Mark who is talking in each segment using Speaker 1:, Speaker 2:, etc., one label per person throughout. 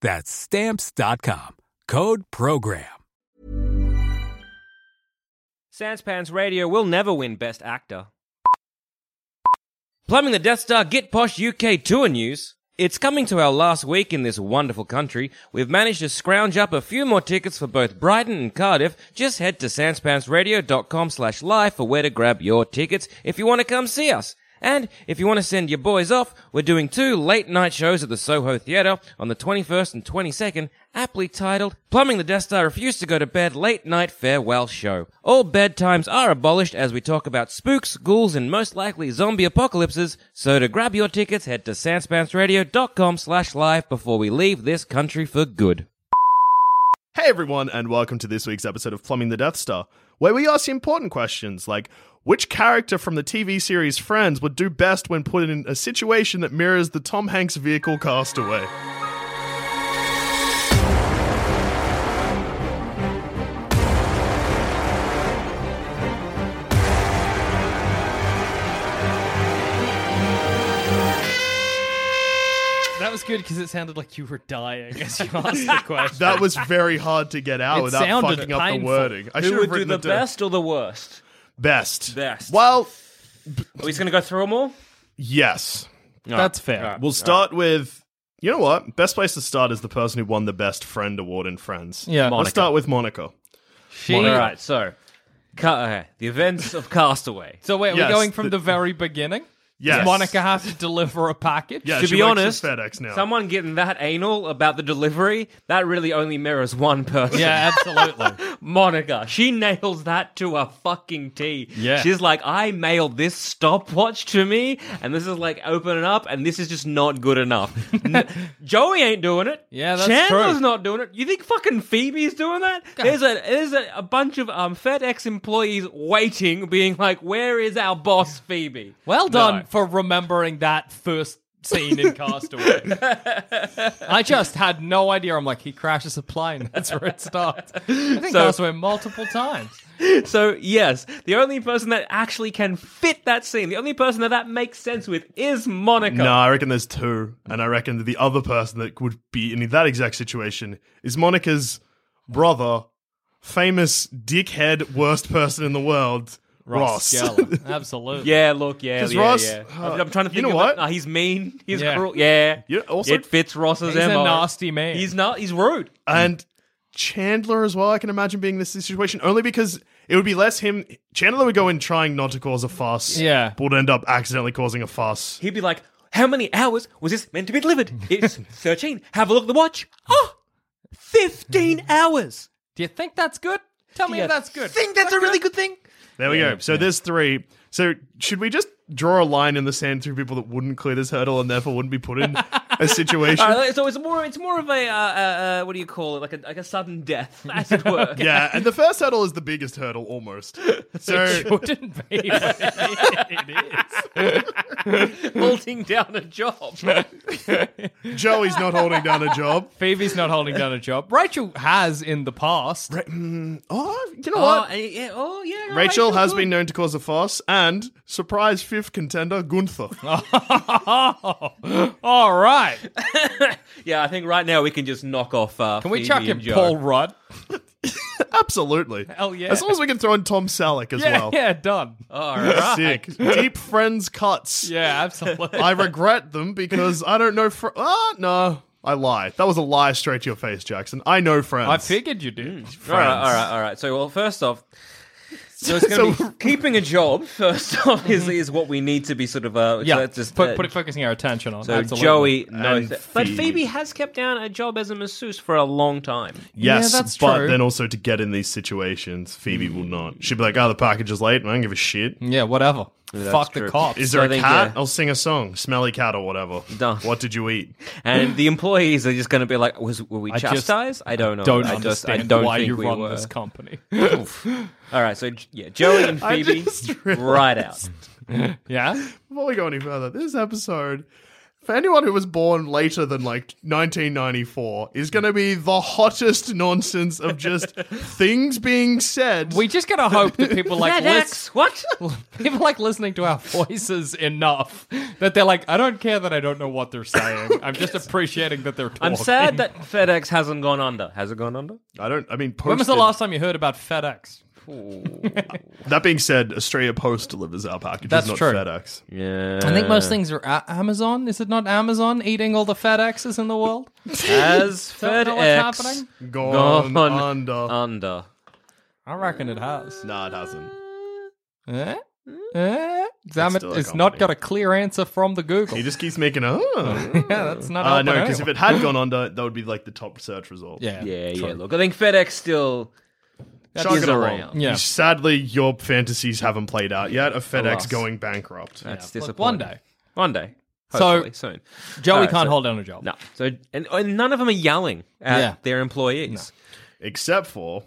Speaker 1: That's stamps.com. Code program.
Speaker 2: Sanspans Radio will never win Best Actor. Plumbing the Death Star Get Posh UK Tour News. It's coming to our last week in this wonderful country. We've managed to scrounge up a few more tickets for both Brighton and Cardiff. Just head to sanspansradio.com slash live for where to grab your tickets if you want to come see us. And if you want to send your boys off, we're doing two late night shows at the Soho Theatre on the 21st and 22nd, aptly titled Plumbing the Death Star Refused to Go to Bed Late Night Farewell Show. All bedtimes are abolished as we talk about spooks, ghouls, and most likely zombie apocalypses, so to grab your tickets, head to sanspansradio.com slash live before we leave this country for good.
Speaker 3: Hey everyone, and welcome to this week's episode of Plumbing the Death Star, where we ask important questions like which character from the TV series Friends would do best when put in a situation that mirrors the Tom Hanks vehicle castaway?
Speaker 4: That was good because it sounded like you were dying as you asked the question.
Speaker 3: That was very hard to get out
Speaker 4: It
Speaker 3: without
Speaker 4: sounded
Speaker 3: fucking up the
Speaker 4: painful.
Speaker 3: wording. I
Speaker 2: Who
Speaker 3: should have
Speaker 2: would do
Speaker 3: written
Speaker 2: the
Speaker 3: it down.
Speaker 2: best or the worst?
Speaker 3: Best.
Speaker 2: Best.
Speaker 3: Well,
Speaker 2: Are we just going to go through them all?
Speaker 3: yes.
Speaker 4: That's fair.
Speaker 3: We'll start with. You know what? Best place to start is the person who won the Best Friend Award in Friends.
Speaker 4: Yeah.
Speaker 3: Let's
Speaker 4: Monica.
Speaker 3: start with Monica.
Speaker 4: She.
Speaker 2: All right, so ca- okay, the events of Castaway.
Speaker 4: So wait,
Speaker 3: Yes,
Speaker 4: we're going from
Speaker 3: the-
Speaker 4: the, very beginning.
Speaker 3: Yes.
Speaker 4: Does Monica have to deliver a package?
Speaker 3: Yeah,
Speaker 2: To
Speaker 3: she
Speaker 2: be
Speaker 3: works at
Speaker 2: honest,
Speaker 3: FedEx now.
Speaker 2: Someone getting that anal about the delivery, that really only mirrors one person.
Speaker 4: Yeah, absolutely.
Speaker 2: Monica. She nails that to a fucking T.
Speaker 4: Yeah.
Speaker 2: She's like, I mailed this stopwatch to me, and this is like open it up, and this is just not good enough. N- Joey ain't doing it.
Speaker 4: Yeah, that's
Speaker 2: Chandler's
Speaker 4: true.
Speaker 2: not doing it. You think fucking Phoebe's doing that? There's a there's a, a bunch of um, FedEx employees waiting, being like, Where is our boss, Phoebe?
Speaker 4: Well done
Speaker 2: No.
Speaker 4: for remembering that first scene in Castaway. I just had no idea. I'm like, he crashes a plane. That's where it starts. I think
Speaker 2: So-
Speaker 4: Castaway multiple times.
Speaker 2: So yes, the only person that actually can fit that scene, the only person that that makes sense with, is Monica.
Speaker 3: No, I reckon there's two, and I reckon that the other person that would be in that exact situation is Monica's brother, famous dickhead, worst person in the world, Ross.
Speaker 4: Geller. Absolutely.
Speaker 2: Yeah, look, yeah,
Speaker 3: 'Cause
Speaker 2: yeah,
Speaker 3: Ross-
Speaker 2: yeah.
Speaker 3: uh,
Speaker 2: I'm, I'm trying to think.
Speaker 3: you know
Speaker 2: of
Speaker 3: what?
Speaker 2: it. No, he's mean. He's
Speaker 4: Yeah.
Speaker 2: cruel. Yeah.
Speaker 3: You know, also-
Speaker 2: it fits Ross's
Speaker 4: He's a
Speaker 2: MO.
Speaker 4: nasty man.
Speaker 2: He's not. He's rude.
Speaker 3: and Chandler as well. I can imagine being in this situation only because it would be less him. Chandler would go in trying not to cause a fuss,
Speaker 4: Yeah.
Speaker 3: but would end up accidentally causing a fuss.
Speaker 2: He'd be like, "How many hours was this meant to be delivered? It's 13. Have a look at the watch. Oh, 15 hours.
Speaker 4: Do you think that's good? Tell me
Speaker 2: Yeah.
Speaker 4: if that's good.
Speaker 2: Think that's a really good thing.
Speaker 3: There we go. So there's three. So should we just draw a line in the sand through people that wouldn't clear this hurdle and therefore wouldn't be put in? a situation.
Speaker 2: All right, so Uh, it's more it's more of a uh, uh, uh, what do you call it like a like a sudden death as it were.
Speaker 3: Yeah, and the first hurdle is the biggest hurdle almost. So
Speaker 4: Shouldn't be. but it is.
Speaker 2: holding down a job.
Speaker 3: Joey's not holding down a job.
Speaker 4: Phoebe's not holding down a job. Rachel has in the past.
Speaker 3: Oh, you know
Speaker 2: oh,
Speaker 3: what?
Speaker 2: and yeah, oh yeah. no,
Speaker 3: Rachel has
Speaker 2: could.
Speaker 3: been known to cause a fuss, and surprise fifth contender Gunther.
Speaker 4: Oh. All right.
Speaker 2: Yeah, I think right now we can just knock off. Uh,
Speaker 4: Can we
Speaker 2: Phoebe
Speaker 4: chuck
Speaker 2: and
Speaker 4: in
Speaker 2: Joe.
Speaker 4: Paul Rudd?
Speaker 3: Absolutely.
Speaker 4: Hell yeah.
Speaker 3: As long as we can throw in Tom Selleck as
Speaker 4: Yeah,
Speaker 3: well.
Speaker 4: yeah, done.
Speaker 2: All right.
Speaker 3: Sick. Deep friends cuts.
Speaker 4: Yeah, absolutely.
Speaker 3: I regret them because I don't know. Fr- ah, no. I lie. That was a lie straight to your face, Jackson. I know friends.
Speaker 4: I figured you did.
Speaker 2: All right, all right, all right. So, well, first off, so it's
Speaker 3: So-
Speaker 2: going to be keeping a job. First off, is, is what we need to be sort of uh,
Speaker 4: Mm-hmm. Yeah,
Speaker 2: so that's just
Speaker 4: put,
Speaker 2: uh,
Speaker 4: put it focusing our attention on.
Speaker 2: so
Speaker 4: absolutely.
Speaker 2: Joey knows,
Speaker 3: And
Speaker 2: that. but
Speaker 3: Phoebe.
Speaker 2: Phoebe has kept down a job as a masseuse for a long time.
Speaker 3: Yes,
Speaker 4: Yeah, that's
Speaker 3: but
Speaker 4: true.
Speaker 3: then also to get in these situations, Phoebe will not. She'll be like, "Oh, the package is late. I don't give a shit."
Speaker 4: Yeah, whatever. Fuck the
Speaker 2: true.
Speaker 4: cops.
Speaker 3: Is
Speaker 2: So
Speaker 3: there
Speaker 2: I
Speaker 3: a
Speaker 2: think,
Speaker 3: cat?
Speaker 2: yeah.
Speaker 3: I'll sing a song. Smelly cat or whatever.
Speaker 2: Done.
Speaker 3: What did you eat?
Speaker 2: And the employees are just going to be like, "Was were we
Speaker 4: I just-
Speaker 2: chastised? I don't know.
Speaker 4: don't
Speaker 2: I just,
Speaker 4: understand
Speaker 2: I don't
Speaker 4: why
Speaker 2: think
Speaker 4: you
Speaker 2: we
Speaker 4: run
Speaker 2: were.
Speaker 4: this company.
Speaker 2: All right, so yeah, Joey and
Speaker 3: I
Speaker 2: Phoebe
Speaker 3: just
Speaker 2: right out.
Speaker 4: yeah,
Speaker 3: Before we go any further, this episode, for anyone who was born later than like 1994, is going to be the hottest nonsense of just things being said.
Speaker 4: we just gotta hope that people like lis-
Speaker 2: FedEx, what?
Speaker 4: people like listening to our voices enough that they're like, I don't care that I don't know what they're saying. I'm just appreciating that they're talking.
Speaker 2: I'm sad that FedEx hasn't gone under. Has it gone under?
Speaker 3: I don't. I mean, posted,
Speaker 4: When was the last time you heard about FedEx?
Speaker 3: That being said, Australia Post delivers our packages,
Speaker 4: That's
Speaker 3: not
Speaker 4: true.
Speaker 3: FedEx.
Speaker 2: Yeah.
Speaker 4: I think most things are a- Amazon. Is it not Amazon eating all the FedExes in the world?
Speaker 2: Has
Speaker 4: Don't know
Speaker 2: FedEx
Speaker 4: what's happening?
Speaker 3: Gone,
Speaker 2: gone
Speaker 3: under.
Speaker 2: under?
Speaker 4: I reckon it has.
Speaker 3: nah, it hasn't.
Speaker 4: Eh?
Speaker 2: Hmm?
Speaker 4: Eh? Damn it!
Speaker 3: still a
Speaker 4: It's not
Speaker 3: company.
Speaker 4: got a clear answer from the Google.
Speaker 3: He just keeps making a.
Speaker 4: yeah,
Speaker 3: Oh.
Speaker 4: that's not.
Speaker 3: Uh,
Speaker 4: helping
Speaker 3: no, because if
Speaker 4: anyone.
Speaker 3: it had gone under, that would be like the top search result.
Speaker 4: yeah,
Speaker 2: Yeah,
Speaker 3: True.
Speaker 2: yeah. Look, I think FedEx still
Speaker 3: Chug
Speaker 2: is
Speaker 3: it along.
Speaker 2: around.
Speaker 4: Yeah. Oh,
Speaker 3: Sadly, your fantasies haven't played out yet of FedEx
Speaker 2: Alas.
Speaker 3: going bankrupt.
Speaker 2: That's
Speaker 4: Look,
Speaker 2: disappointing.
Speaker 4: one day,
Speaker 2: One day.
Speaker 4: So-
Speaker 2: Hopefully, soon.
Speaker 4: Joey
Speaker 2: All right,
Speaker 4: can't
Speaker 2: so-
Speaker 4: hold down a job.
Speaker 2: No. So and, and none of them are yelling at
Speaker 4: Yeah.
Speaker 2: their employees.
Speaker 3: Except for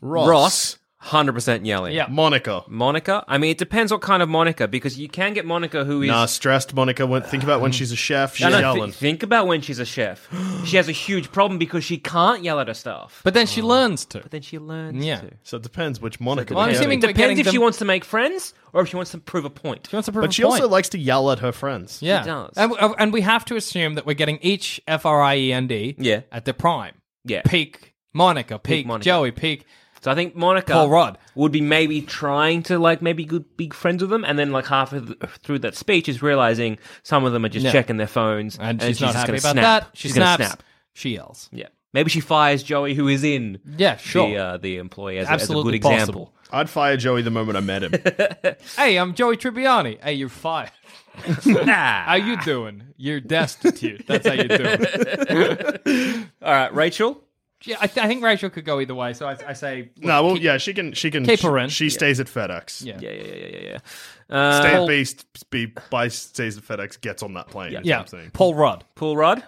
Speaker 3: Ross.
Speaker 2: Ross, hundred percent yelling.
Speaker 4: Yeah.
Speaker 3: Monica.
Speaker 2: Monica. I mean, it depends what kind of Monica because you can get Monica who is.
Speaker 3: Nah, stressed Monica. When, think about
Speaker 4: Mm-hmm.
Speaker 3: when she's a chef, she's
Speaker 2: No, no, th-
Speaker 3: yelling.
Speaker 2: think about when she's a chef. she has a huge problem because she can't yell at her staff.
Speaker 4: But then she learns to.
Speaker 2: Oh. then she learns
Speaker 4: Yeah.
Speaker 2: to.
Speaker 3: so it depends which Monica.
Speaker 4: Well, I'm
Speaker 3: we're
Speaker 2: Depends.
Speaker 4: assuming
Speaker 3: getting.
Speaker 4: we're
Speaker 2: depends if
Speaker 4: getting
Speaker 2: she
Speaker 4: them-
Speaker 2: wants to make friends or if she wants to prove a point.
Speaker 4: She wants to prove
Speaker 3: but
Speaker 4: a
Speaker 3: she also
Speaker 4: point.
Speaker 3: likes to yell at her friends.
Speaker 4: yeah,
Speaker 2: does.
Speaker 4: And, uh, and we have to assume that we're getting each F R I E N D
Speaker 2: Yeah.
Speaker 4: at the prime.
Speaker 2: Yeah.
Speaker 4: Peak Monica, peak,
Speaker 2: Monica.
Speaker 4: Joey, peak.
Speaker 2: So I think Monica
Speaker 4: Paul Rudd.
Speaker 2: would be maybe trying to like maybe good be friends with them, and then like half of the, through that speech is realizing some of them are just
Speaker 4: Yeah.
Speaker 2: checking their phones,
Speaker 4: And, she's, not
Speaker 2: just
Speaker 4: happy
Speaker 2: gonna
Speaker 4: about
Speaker 2: snap.
Speaker 4: that.
Speaker 2: She's
Speaker 4: she
Speaker 2: gonna
Speaker 4: snaps.
Speaker 2: snap.
Speaker 4: She yells.
Speaker 2: Yeah, maybe she fires Joey, who is in
Speaker 4: Yeah, sure.
Speaker 2: the uh, the employee as, a- as a
Speaker 4: Absolutely
Speaker 2: good example.
Speaker 4: possible.
Speaker 3: I'd fire Joey the moment I met him.
Speaker 4: Hey, I'm Joey Tribbiani. Hey, you're fired.
Speaker 2: Ah.
Speaker 4: How you doing? You're destitute. That's how you do it.
Speaker 2: All right, Rachel.
Speaker 4: Yeah, I, th- I think Rachel could go either way, so I, I say
Speaker 3: no, well, yeah, she can. She can.
Speaker 4: Keep her in.
Speaker 3: She, stays at FedEx.
Speaker 4: Yeah.
Speaker 2: Yeah, yeah, yeah, yeah, yeah, yeah. Uh,
Speaker 3: Stay
Speaker 4: Paul-
Speaker 3: at Beast. Be by stays at FedEx. Gets on that plane. Yeah.
Speaker 4: yeah, Paul Rudd.
Speaker 2: Paul Rudd.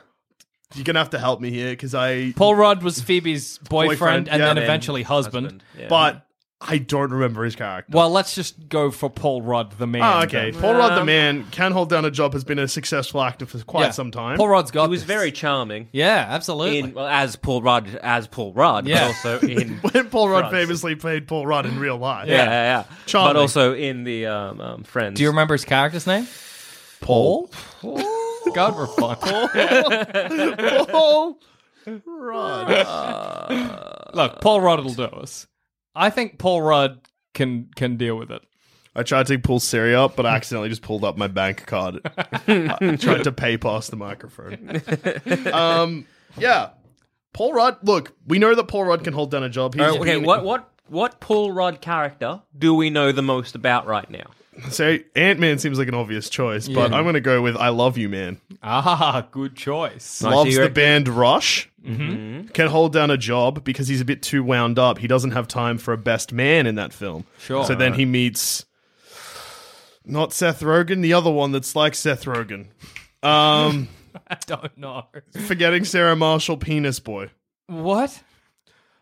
Speaker 3: You're gonna have to help me here because I.
Speaker 4: Paul Rudd was Phoebe's boyfriend,
Speaker 3: Boyfriend,
Speaker 4: and
Speaker 3: yeah.
Speaker 4: then
Speaker 3: And
Speaker 4: eventually husband.
Speaker 2: Yeah.
Speaker 3: But I don't remember his character.
Speaker 4: Well, let's just go for Paul Rudd, the man.
Speaker 3: Oh, okay.
Speaker 2: uh,
Speaker 4: then.
Speaker 3: Paul Rudd, the man, can hold down a job, has been a successful actor for quite
Speaker 4: Yeah.
Speaker 3: some time.
Speaker 4: Paul Rudd's got.
Speaker 2: he was
Speaker 4: this.
Speaker 2: very charming.
Speaker 4: Yeah, absolutely.
Speaker 2: In, well, as Paul Rudd, as Paul Rudd,
Speaker 4: Yeah.
Speaker 2: but also in
Speaker 3: when Paul Rudd
Speaker 2: Rudd's.
Speaker 3: famously played Paul Rudd in real life.
Speaker 2: yeah, yeah, yeah.
Speaker 3: Charming.
Speaker 2: but also in the um, um, Friends.
Speaker 4: Do you remember his character's name?
Speaker 3: Paul.
Speaker 4: God, we're fun.
Speaker 3: Paul Rudd.
Speaker 4: Look, Paul Rudd will do us. I think Paul Rudd can can deal with it.
Speaker 3: I tried to pull Siri up, but I accidentally just pulled up my bank card. I tried to pay past the microphone. Um, yeah. Paul Rudd, look, we know that Paul Rudd can hold down a job. He's
Speaker 2: All right, okay,
Speaker 3: been-
Speaker 2: what what what Paul Rudd character do we know the most about right now?
Speaker 3: So Ant Man seems like an obvious choice, but I'm going to go with I Love You, Man.
Speaker 4: Ah, good choice.
Speaker 2: Nice,
Speaker 3: loves
Speaker 2: you
Speaker 3: the
Speaker 2: reckon?
Speaker 3: band Rush,
Speaker 4: Mm-hmm.
Speaker 3: can hold down a job because he's a bit too wound up. He doesn't have time for a best man in that film.
Speaker 4: Sure.
Speaker 3: So then he meets not Seth Rogen, the other one that's like Seth Rogen. Um,
Speaker 4: I don't know.
Speaker 3: Forgetting Sarah Marshall, penis boy.
Speaker 4: What?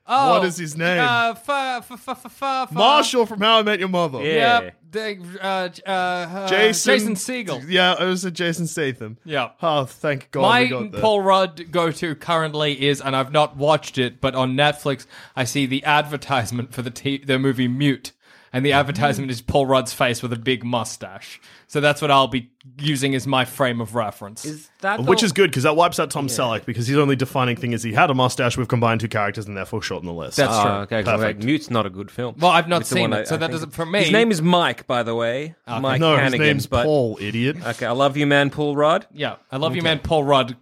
Speaker 4: Oh,
Speaker 3: What is his name?
Speaker 4: Uh, fa, fa, fa, fa, fa, fa-
Speaker 3: Marshall from How I Met Your Mother.
Speaker 2: Yeah.
Speaker 4: Yep. They- Uh, j- uh, uh,
Speaker 3: Jason.
Speaker 4: Jason Segel.
Speaker 3: Yeah, it was a Jason Statham.
Speaker 4: Yeah.
Speaker 3: Oh, thank God we
Speaker 4: My
Speaker 3: got there.
Speaker 4: Paul Rudd go to currently is, and I've not watched it, but on Netflix I see the advertisement for the t- the movie Mute, and
Speaker 3: Mm-hmm.
Speaker 4: the advertisement is Paul Rudd's face with a big mustache. So that's what I'll be using as my frame of reference.
Speaker 2: Is that
Speaker 3: Which
Speaker 2: the-
Speaker 3: is good because that wipes out Tom Selleck because his only defining thing is he had a mustache. We've combined two characters and therefore shortened the list. Uh,
Speaker 4: That's-
Speaker 5: Oh,
Speaker 2: Ah,
Speaker 4: true.
Speaker 5: okay, 'cause I was like, Mute's not a good film.
Speaker 4: Well, I've not
Speaker 5: It's the
Speaker 4: seen
Speaker 5: one
Speaker 4: it, so that
Speaker 5: think-
Speaker 4: doesn't- for me-
Speaker 5: His name is Mike, by the way. Mike
Speaker 3: no, his
Speaker 5: Hannigan.
Speaker 3: name's
Speaker 5: but,
Speaker 3: Paul, idiot.
Speaker 5: Okay, I love you, man. Paul Rudd
Speaker 4: yeah, I love you, man. Paul Rudd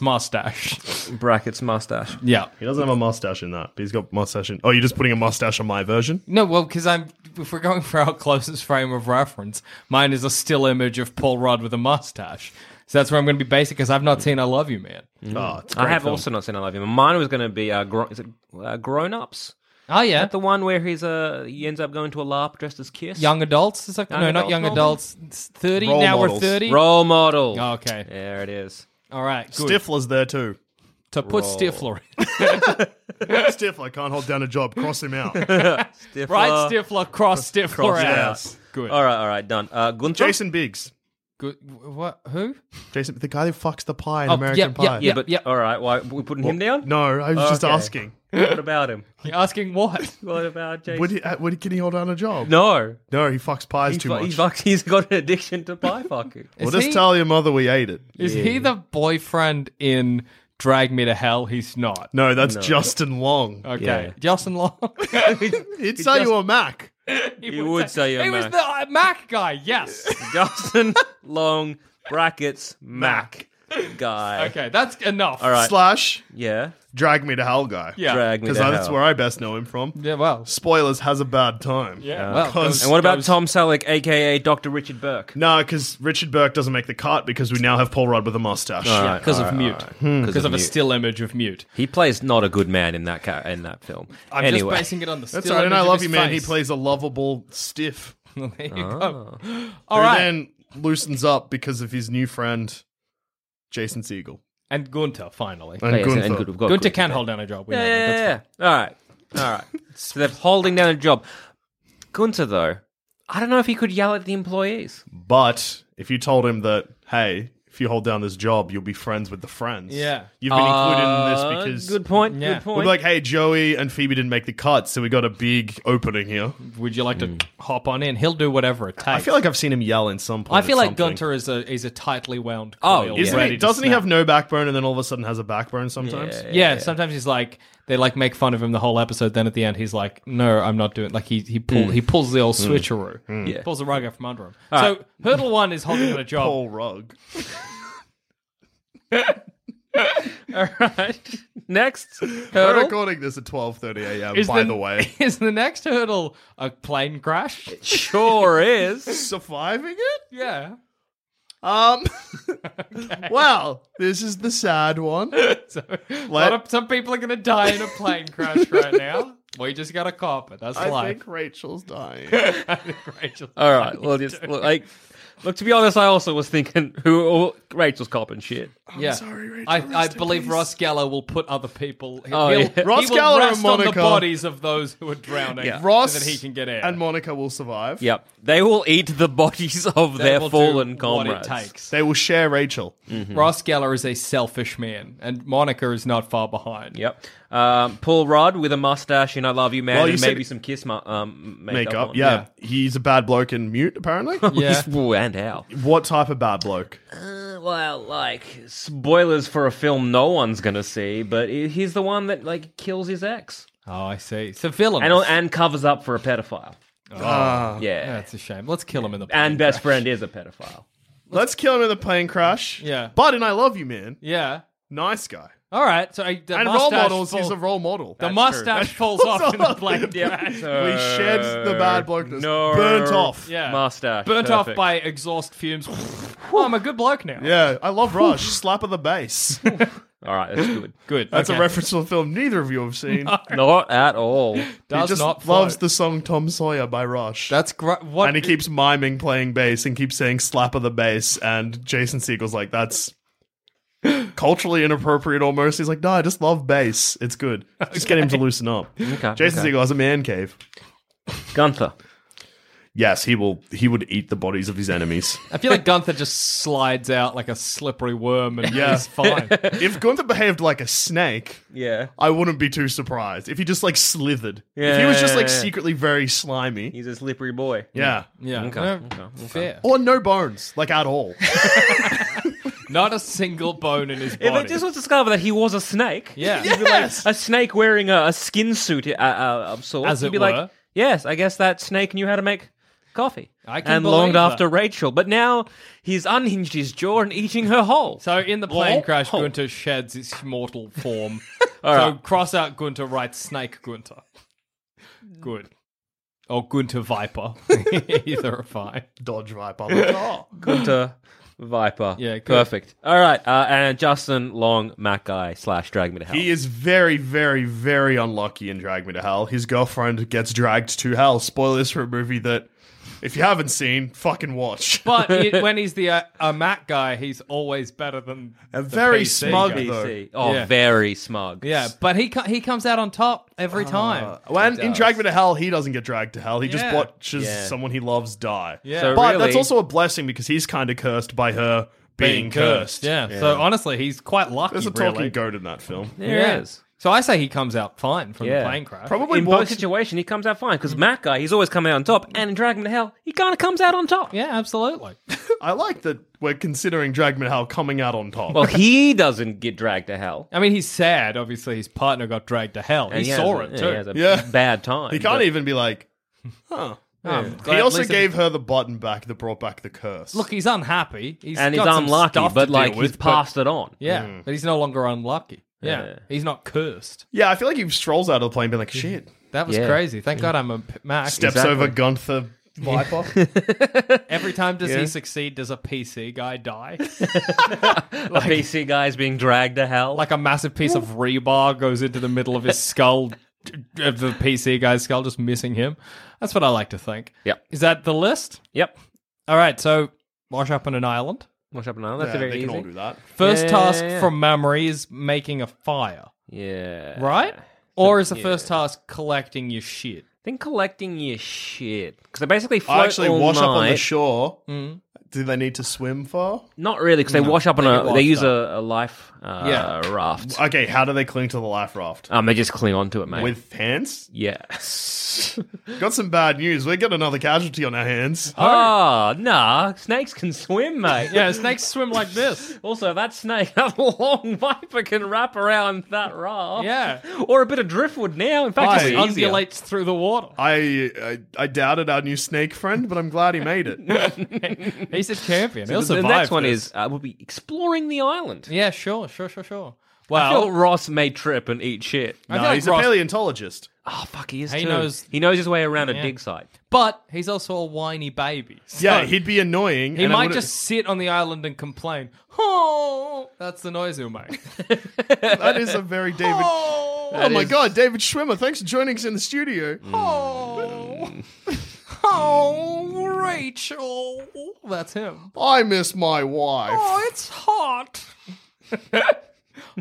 Speaker 4: mustache.
Speaker 5: brackets mustache.
Speaker 4: yeah.
Speaker 3: He doesn't have a mustache in that, but he's got mustache in. Oh, you're just putting a mustache on my version?
Speaker 4: No, well, because I'm. If we're going for our closest frame of reference, mine is a still image of Paul Rudd with a mustache. So that's where I'm going to be basic because I've not seen I Love You, Man.
Speaker 3: Oh, it's a
Speaker 2: Mm. I
Speaker 3: great
Speaker 2: have
Speaker 3: film.
Speaker 2: also not seen I Love You. Mine was going to be uh, gro- is it, uh, Grown Ups.
Speaker 4: Oh yeah,
Speaker 2: That the one where he's uh, he ends up going to a LARP dressed as Kiss.
Speaker 4: young adults. It's like
Speaker 2: Young
Speaker 4: no, not
Speaker 2: adults,
Speaker 4: young
Speaker 2: Norman.
Speaker 4: adults. It's Thirty
Speaker 3: Role
Speaker 4: now
Speaker 3: models.
Speaker 4: we're thirty.
Speaker 2: role model.
Speaker 4: Oh, okay.
Speaker 2: there it is.
Speaker 4: All right, good.
Speaker 3: Stifler's there too.
Speaker 4: to put Stifler in.
Speaker 3: Stifler can't hold down a job. Cross him out.
Speaker 4: right,
Speaker 2: Uh,
Speaker 4: Stifler cross Stifler
Speaker 3: Cross
Speaker 4: out.
Speaker 3: yes.
Speaker 4: Good.
Speaker 2: All right, all right, done. Uh, Gunther.
Speaker 3: Jason Biggs.
Speaker 4: good. What? Who?
Speaker 3: Jason, the guy who fucks the pie in
Speaker 4: Oh,
Speaker 3: American
Speaker 4: yeah,
Speaker 3: Pie.
Speaker 4: yeah,
Speaker 2: Yeah, but
Speaker 4: yeah.
Speaker 2: all right. Why we putting him down?
Speaker 3: No, I was just
Speaker 2: Okay.
Speaker 3: asking.
Speaker 2: What about him?
Speaker 4: You're asking what?
Speaker 2: What about Jason?
Speaker 3: Would he, uh, would he, can he hold down a job?
Speaker 2: no,
Speaker 3: No, he fucks pies
Speaker 2: he
Speaker 3: too
Speaker 2: fu-
Speaker 3: much.
Speaker 2: he fucks- he's got an addiction to pie fucking.
Speaker 3: we'll
Speaker 4: Is
Speaker 3: just
Speaker 4: he-
Speaker 3: tell your mother we ate it.
Speaker 4: Is he the boyfriend in Drag Me to Hell? He's not.
Speaker 3: No, that's Justin Long.
Speaker 4: Okay,
Speaker 2: Yeah.
Speaker 4: Justin Long.
Speaker 3: He'd sell you a Mac.
Speaker 2: He would say you're
Speaker 4: He was
Speaker 2: Mac.
Speaker 4: the uh, Mac guy. Yes.
Speaker 2: Justin Long brackets Mac guy.
Speaker 4: Okay, that's enough.
Speaker 2: All right.
Speaker 3: Slash,
Speaker 2: Yeah.
Speaker 3: drag me to hell guy.
Speaker 4: Yeah.
Speaker 2: Drag me
Speaker 3: Because
Speaker 2: to hell.
Speaker 3: that's where I best know him from.
Speaker 4: Yeah. Well.
Speaker 3: Spoilers has a bad time.
Speaker 4: Yeah. well.
Speaker 3: Because-
Speaker 2: and what about
Speaker 4: goes-
Speaker 2: Tom Selleck, aka Dr. Richard Burke?
Speaker 3: No, because Richard Burke doesn't make the cut because we now have Paul Rudd with a mustache.
Speaker 4: Because of mute.
Speaker 3: Hmm.
Speaker 4: Because of, a still image of mute.
Speaker 2: He plays not a good man in that ca- in that film.
Speaker 4: I'm
Speaker 2: anyway,
Speaker 4: just basing it on the still
Speaker 3: That's all right.
Speaker 4: image
Speaker 3: And I
Speaker 4: of
Speaker 3: love
Speaker 4: his
Speaker 3: you, man. He
Speaker 4: face.
Speaker 3: plays a lovable stiff.
Speaker 4: Well, there you go.
Speaker 3: who
Speaker 4: All right.
Speaker 3: then loosens up because of his new friend, Jason Siegel.
Speaker 4: and Gunter, finally.
Speaker 3: And
Speaker 2: Yes, and
Speaker 3: Gunther.
Speaker 2: good- we've got
Speaker 4: Gunter
Speaker 2: good-
Speaker 4: can hold down a job. We
Speaker 2: Yeah,
Speaker 4: know that.
Speaker 2: yeah, yeah. All right, all right. so they're holding down a job. Gunter, though, I don't know if he could yell at the employees.
Speaker 3: But if you told him that, hey, if you hold down this job, you'll be friends with the friends.
Speaker 4: Yeah.
Speaker 3: You've been
Speaker 2: Uh,
Speaker 3: included in this because.
Speaker 2: good point.
Speaker 4: Yeah.
Speaker 2: Good
Speaker 3: We'll
Speaker 2: point.
Speaker 3: be like, hey, Joey and Phoebe didn't make the cut, so we got a big opening here.
Speaker 4: Would you like to hop on in? He'll do whatever it takes.
Speaker 3: I feel like I've seen him yell in some point.
Speaker 4: I feel
Speaker 3: at
Speaker 4: like
Speaker 3: something.
Speaker 4: Gunter is a is a tightly wound.
Speaker 2: Oh,
Speaker 4: coil
Speaker 3: Isn't
Speaker 4: ready
Speaker 3: he,
Speaker 4: to
Speaker 3: doesn't he
Speaker 4: snap.
Speaker 3: have no backbone and then all of a sudden has a backbone sometimes?
Speaker 2: Yeah.
Speaker 4: Yeah, sometimes he's like they like make fun of him the whole episode. Then at the end, he's like, "No, I'm not doing." Like he he
Speaker 3: Mm.
Speaker 4: pull, he pulls the old switcheroo,
Speaker 2: Yeah.
Speaker 4: pulls the rug out from under him. so hurdle one is holding on a job.
Speaker 3: Paul Rugg.
Speaker 2: Next
Speaker 3: We're
Speaker 2: hurdle.
Speaker 3: recording this at 12.30 a.m., by the, way.
Speaker 4: is the next hurdle a plane crash?
Speaker 2: Sure is.
Speaker 3: Surviving it?
Speaker 4: yeah,
Speaker 3: Um, Well, this is the sad one.
Speaker 4: so a
Speaker 3: Let-
Speaker 4: lot of, some people are going to die in a plane crash right now. We just got to cop it. That's
Speaker 3: I
Speaker 4: life.
Speaker 3: think Rachel's dying.
Speaker 4: Rachel.
Speaker 2: All right. Well, just look, like look. To be honest, I also was thinking who oh, Rachel's cop and shit.
Speaker 4: yeah.
Speaker 3: sorry, Rachel,
Speaker 4: I, I
Speaker 3: rest in
Speaker 4: believe
Speaker 3: peace.
Speaker 4: Ross Geller will put other people. He'll,
Speaker 2: Oh, yeah.
Speaker 4: he
Speaker 3: Ross
Speaker 4: will
Speaker 3: Geller and
Speaker 4: rest on the
Speaker 3: Monica.
Speaker 4: bodies of those who are drowning,
Speaker 2: Yeah.
Speaker 3: Ross
Speaker 4: so that he can get out.
Speaker 3: And Monica will survive.
Speaker 2: Yep. They will eat the bodies of
Speaker 4: They
Speaker 2: their
Speaker 4: will do
Speaker 2: fallen
Speaker 4: what
Speaker 2: comrades.
Speaker 4: it takes.
Speaker 3: They will share Rachel.
Speaker 2: Mm-hmm.
Speaker 4: Ross Geller is a selfish man, and Monica is not far behind.
Speaker 2: Yep. Um, Paul Rudd with a mustache and I love you, man,
Speaker 3: Well, you
Speaker 2: and
Speaker 3: said-
Speaker 2: maybe some kiss ma- um, makeup.
Speaker 3: Makeup.
Speaker 2: on.
Speaker 3: Yeah. He's a bad bloke and mute, apparently.
Speaker 4: Yeah.
Speaker 2: Ooh, and how?
Speaker 3: What type of bad bloke?
Speaker 2: Well, like spoilers for a film no one's gonna see, but he- he's the one that like kills his ex
Speaker 4: Oh, I see. So villain.
Speaker 2: and and covers up for a pedophile.
Speaker 3: Ah.
Speaker 2: Yeah,
Speaker 4: that's a shame. Let's kill him in the
Speaker 2: and
Speaker 4: plane
Speaker 2: best
Speaker 4: crash.
Speaker 2: friend is a pedophile.
Speaker 3: Let's kill him in the plane crash.
Speaker 4: Yeah.
Speaker 3: But in I Love You, Man,
Speaker 4: Yeah.
Speaker 3: nice guy.
Speaker 4: All right. So I, the
Speaker 3: And role
Speaker 4: mustache
Speaker 3: models,
Speaker 4: fall-
Speaker 3: he's a role model.
Speaker 4: the mustache falls off in the plane.
Speaker 3: we shed the bad blokeness. Burnt off.
Speaker 4: Yeah.
Speaker 2: Mustache.
Speaker 4: Burnt off
Speaker 2: Perfect.
Speaker 4: by exhaust fumes. oh, I'm a good bloke now.
Speaker 3: Yeah, I love Rush. Slap of the bass.
Speaker 2: All right, that's good.
Speaker 4: Good.
Speaker 3: That's
Speaker 4: okay.
Speaker 3: a reference to a film neither of you have seen.
Speaker 2: Not at all.
Speaker 3: he
Speaker 4: Does
Speaker 3: just
Speaker 4: not float.
Speaker 3: loves the song Tom Sawyer by Rush.
Speaker 4: That's great. What?
Speaker 3: and he keeps miming playing bass and keeps saying slap of the bass. And Jason Siegel's like, that's culturally inappropriate almost. He's like, no, I just love bass. It's good. Just get him to loosen up. Jason
Speaker 2: okay.
Speaker 3: Segel has a man cave.
Speaker 2: Gunther.
Speaker 3: Yes, he will. He would eat the bodies of his enemies.
Speaker 4: I feel like Gunther just slides out like a slippery worm and yeah. he's fine.
Speaker 3: if Gunther behaved like a snake,
Speaker 2: Yeah.
Speaker 3: I wouldn't be too surprised. If he just like slithered, if he was just like
Speaker 2: Yeah.
Speaker 3: secretly very slimy,
Speaker 2: He's a slippery boy.
Speaker 3: yeah,
Speaker 4: Yeah.
Speaker 2: Okay,
Speaker 4: No,
Speaker 2: okay, okay.
Speaker 4: fair.
Speaker 3: or no bones, like at all.
Speaker 4: Not a single bone in his
Speaker 2: If
Speaker 4: body.
Speaker 2: it just was discovered that he was a snake,
Speaker 4: Yeah.
Speaker 2: he'd be like a snake wearing a, a skin suit uh, uh, of sorts.
Speaker 4: As
Speaker 2: he'd
Speaker 4: it
Speaker 2: be
Speaker 4: were.
Speaker 2: like, yes, I guess that snake knew how to make coffee.
Speaker 4: I can
Speaker 2: and longed
Speaker 4: believe
Speaker 2: after Rachel, but now he's unhinged his jaw and eating her whole.
Speaker 4: So in the plane
Speaker 2: Well,
Speaker 4: crash,
Speaker 2: oh.
Speaker 4: Gunter sheds his mortal form. so
Speaker 2: Alright.
Speaker 4: cross out Gunter, write Snake Gunter. Good. Or Gunter Viper. Either are fine.
Speaker 3: Dodge viper. I'm like, oh.
Speaker 2: Gunter Viper.
Speaker 4: Yeah, good.
Speaker 2: perfect. All right, uh, and Justin Long, Mac guy slash Drag Me to Hell.
Speaker 3: He is very, very, very unlucky in Drag Me to Hell. His girlfriend gets dragged to hell. Spoilers for a movie that, if you haven't seen, fucking watch.
Speaker 4: But it, when he's the uh, a Mac guy, he's always better than
Speaker 3: A
Speaker 4: the
Speaker 3: very
Speaker 4: PC
Speaker 3: smug-
Speaker 4: guy.
Speaker 2: PC. Oh,
Speaker 4: Yeah.
Speaker 2: very smug.
Speaker 4: Yeah, but he co- he comes out on top every time.
Speaker 3: Ah, When in Drag Me to Hell, he doesn't get dragged to hell. He just
Speaker 4: Yeah.
Speaker 3: watches
Speaker 2: Yeah.
Speaker 3: someone he loves die.
Speaker 4: Yeah.
Speaker 2: So
Speaker 3: But
Speaker 2: really,
Speaker 3: that's also a blessing because he's kind of cursed by her being, cursed.
Speaker 4: Yeah. So honestly, he's quite lucky.
Speaker 3: There's a
Speaker 4: really.
Speaker 3: talking goat in that film.
Speaker 2: there
Speaker 4: Yeah.
Speaker 2: he is.
Speaker 4: So I say he comes out fine from
Speaker 2: Yeah.
Speaker 4: the plane crash.
Speaker 3: Probably
Speaker 2: in both
Speaker 3: walks.
Speaker 2: situation, he comes out fine because Mac guy, he's always coming out on top, and in Drag Me to Hell, he kind of comes out on top.
Speaker 4: Yeah, absolutely.
Speaker 3: I like that we're considering Drag Me to Hell coming out on top.
Speaker 2: Well, he doesn't get dragged to hell.
Speaker 4: I mean, he's sad. Obviously, his partner got dragged to hell.
Speaker 2: And
Speaker 4: he
Speaker 2: has
Speaker 4: saw
Speaker 2: a-
Speaker 4: it
Speaker 2: yeah,
Speaker 4: too.
Speaker 2: He has a
Speaker 3: Yeah.
Speaker 2: bad time.
Speaker 3: he can't
Speaker 2: but- um,
Speaker 3: even be like.
Speaker 4: Yeah.
Speaker 3: He also gave her the button back that brought back the curse.
Speaker 4: Look, he's unhappy. He's
Speaker 2: and he's
Speaker 4: got some
Speaker 2: unlucky,
Speaker 4: stuff to
Speaker 2: but
Speaker 4: deal
Speaker 2: like
Speaker 4: with,
Speaker 2: he's
Speaker 4: but-
Speaker 2: passed it on.
Speaker 4: Yeah, but he's no longer unlucky. Yeah.
Speaker 2: Yeah.
Speaker 4: he's not cursed.
Speaker 3: yeah, I feel like he strolls out of the plane being like, shit.
Speaker 4: That was
Speaker 2: Yeah.
Speaker 4: crazy. Thank God I'm a p- Mac.
Speaker 3: Steps over Gunther Viper.
Speaker 4: Every time does he succeed? Does a PC guy die?
Speaker 2: The PC guy's being dragged to hell.
Speaker 4: like a massive piece of rebar goes into the middle of his skull, of the PC guy's skull, just missing him. That's what I like to think.
Speaker 2: Yep.
Speaker 4: Is that the list?
Speaker 2: yep.
Speaker 4: All right. So wash up on an island.
Speaker 2: What's happening now? That's
Speaker 3: Yeah,
Speaker 2: very
Speaker 3: they
Speaker 2: easy.
Speaker 3: can all do that.
Speaker 4: First
Speaker 2: Yeah,
Speaker 4: task
Speaker 2: yeah, yeah.
Speaker 4: from memory is making a fire,
Speaker 2: Yeah.
Speaker 4: right? Or is the first task collecting your shit?
Speaker 2: Then collecting your shit because they basically float
Speaker 3: I actually
Speaker 2: all
Speaker 3: wash
Speaker 2: night.
Speaker 3: up on the shore.
Speaker 4: Mm.
Speaker 3: Do they need to swim far?
Speaker 2: Not really because they wash up on
Speaker 4: get
Speaker 2: a. They
Speaker 4: washed
Speaker 2: use
Speaker 4: up.
Speaker 2: a, a life uh,
Speaker 4: Yeah.
Speaker 2: raft.
Speaker 3: Okay, how do they cling to the life raft?
Speaker 2: Um, they just cling onto it, mate.
Speaker 3: With hands?
Speaker 2: yeah.
Speaker 3: Got some bad news. We got another casualty on our hands.
Speaker 2: Oh, nah. Snakes can swim, mate.
Speaker 4: Yeah, snakes swim like this.
Speaker 2: Also, that snake, that long viper can wrap around that raft.
Speaker 4: Yeah.
Speaker 2: Or a bit of driftwood now. In fact,
Speaker 3: Right.
Speaker 2: it's easier.
Speaker 4: Undulates through the water.
Speaker 3: I, I I doubted our new snake friend, but I'm glad he made it.
Speaker 4: He's a champion. He'll
Speaker 2: The, the
Speaker 4: survive.
Speaker 2: next one
Speaker 4: this.
Speaker 2: is uh, will be exploring the island.
Speaker 4: Yeah, sure, sure, sure, sure.
Speaker 2: I feel
Speaker 4: Wow.
Speaker 2: Ross may trip and eat shit.
Speaker 4: I
Speaker 3: No,
Speaker 4: feel like
Speaker 3: he's
Speaker 4: Ross-
Speaker 3: a paleontologist.
Speaker 2: Oh fuck, he is.
Speaker 4: He
Speaker 2: too.
Speaker 4: knows-
Speaker 2: He knows his way around a dig site.
Speaker 4: But he's also a whiny baby. So
Speaker 3: Yeah, he'd be annoying.
Speaker 4: He
Speaker 3: and I
Speaker 4: might
Speaker 3: would've-
Speaker 4: just sit on the island and complain. Oh, that's the noise he'll make.
Speaker 3: That is a very David.
Speaker 4: Oh,
Speaker 3: oh my God, David Schwimmer! Thanks for joining us in the studio.
Speaker 4: Mm. oh, oh, Rachel. That's him.
Speaker 3: I miss my wife.
Speaker 4: Oh, it's hot.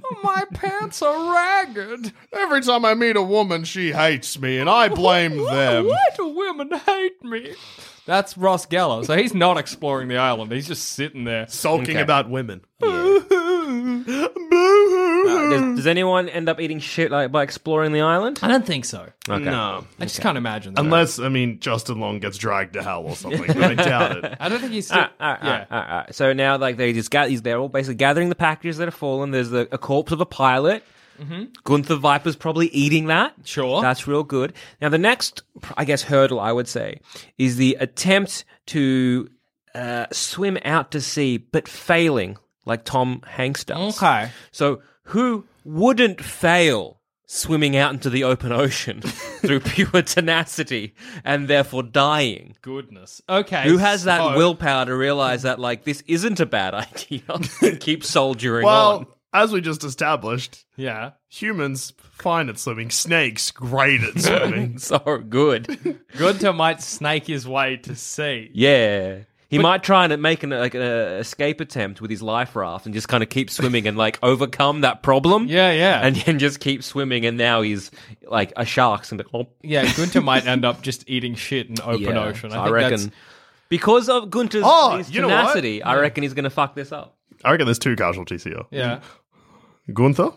Speaker 4: Oh, my pants are ragged.
Speaker 3: Every time I meet a woman, she hates me, and I blame them.
Speaker 4: Why do women hate me? That's Ross Geller. So he's not exploring the island. He's just sitting there.
Speaker 3: Sulking
Speaker 2: Okay.
Speaker 3: about women.
Speaker 2: Uh, does, does anyone end up eating shit like by exploring the island?
Speaker 4: I don't think so.
Speaker 2: Okay.
Speaker 3: No.
Speaker 4: I just can't imagine that.
Speaker 3: Unless, I mean, Justin Long gets dragged to hell or something, but I doubt it.
Speaker 4: I don't think he's. Still,
Speaker 2: Ah, ah, ah,
Speaker 4: yeah.
Speaker 2: ah, ah. So now, like, they just gather. They're all basically gathering the packages that have fallen. There's the, a corpse of a pilot. Gunther Viper's probably eating that.
Speaker 4: Mm-hmm. Sure.
Speaker 2: that's real good. Now, the next, I guess, hurdle I would say is the attempt to uh, swim out to sea, but failing, like Tom Hanks does.
Speaker 4: Okay.
Speaker 2: So, who wouldn't fail swimming out into the open ocean through pure tenacity and therefore dying?
Speaker 4: Goodness. Okay.
Speaker 2: Who has that
Speaker 4: so-
Speaker 2: willpower to realize that like this isn't a bad idea? Keep soldiering on.
Speaker 3: Well, as we just established,
Speaker 4: Yeah.
Speaker 3: humans fine at swimming, snakes great at swimming.
Speaker 2: So good.
Speaker 4: Gunter might snake his way to sea.
Speaker 2: Yeah. He might try and make an like, a escape attempt with his life raft and just kind of keep swimming and like overcome that problem.
Speaker 4: Yeah, yeah.
Speaker 2: And then just keep swimming, and now he's like a shark. And oh,
Speaker 4: Yeah, Gunter might end up just eating shit in open
Speaker 2: yeah.
Speaker 4: ocean.
Speaker 2: So
Speaker 4: I,
Speaker 2: I,
Speaker 4: think
Speaker 2: reckon
Speaker 4: That's,
Speaker 2: because of Gunter's
Speaker 3: Oh,
Speaker 2: his
Speaker 3: you know what?
Speaker 2: tenacity, I reckon he's going to fuck this up.
Speaker 3: I reckon there's two casualties here.
Speaker 4: yeah,
Speaker 3: Gunther,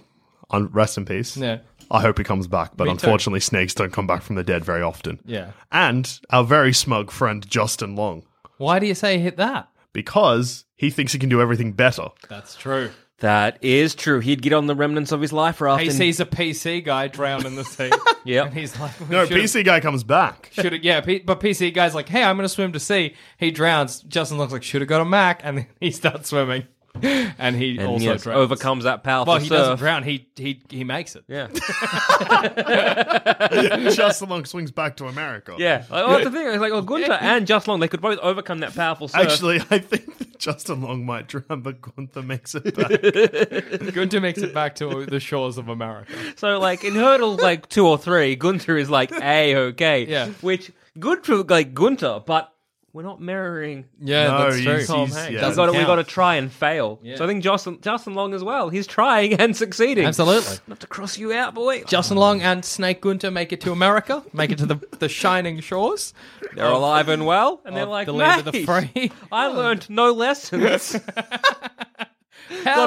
Speaker 3: un- rest in peace.
Speaker 4: yeah,
Speaker 3: I hope he comes back, but
Speaker 4: Me too.
Speaker 3: unfortunately, snakes don't come back from the dead very often.
Speaker 4: yeah.
Speaker 3: And our very smug friend Justin Long,
Speaker 4: Why do you say hit that?
Speaker 3: because he thinks he can do everything better.
Speaker 4: That's true.
Speaker 2: That is true. He'd get on the remnants of his life raft.
Speaker 4: He
Speaker 2: and-
Speaker 4: sees a PC guy drown in the sea.
Speaker 2: Yep.
Speaker 4: and he's like,
Speaker 3: No,
Speaker 4: should
Speaker 3: PC guy comes back.
Speaker 4: Should have, yeah, P- but PC guy's like, hey, I'm gonna swim to sea. He drowns. Justin looks like should have got a Mac, and then he starts swimming, and he
Speaker 2: and
Speaker 4: also
Speaker 2: yes,
Speaker 4: drowns.
Speaker 2: overcomes that powerful
Speaker 4: Well, he
Speaker 2: surf.
Speaker 4: doesn't drown. He he he makes it.
Speaker 2: yeah,
Speaker 3: Justin Long swings back to America.
Speaker 2: yeah. Like, well, that's the thing. It's like, oh, Gunter and Just Long, they could both overcome that powerful surf.
Speaker 3: Actually, I think that Justin Long might drown, but Gunther makes it back.
Speaker 4: Gunter makes it back to the shores of America.
Speaker 2: So like in hurdle like two or three, Gunter is like a okay.
Speaker 4: Yeah.
Speaker 2: Which good for like Gunter, but we're not mirroring
Speaker 4: Yeah,
Speaker 3: No,
Speaker 4: that's true.
Speaker 3: he's-
Speaker 2: Tom Hanks.
Speaker 3: yeah.
Speaker 2: we got to we
Speaker 4: Doesn't
Speaker 2: got to
Speaker 4: count.
Speaker 2: try and fail. So I think Jocelyn Jocelyn Long as well. He's trying and succeeding.
Speaker 4: Absolutely.
Speaker 2: Not to cross you out, boy.
Speaker 4: Justin Long and Snake Gunter make it to America, make it to the, the shining shores.
Speaker 2: They're alive and well, and they're
Speaker 4: Of
Speaker 2: like,
Speaker 4: the land of the
Speaker 2: "Mate,
Speaker 4: free."
Speaker 2: I learned no lessons.
Speaker 4: Hell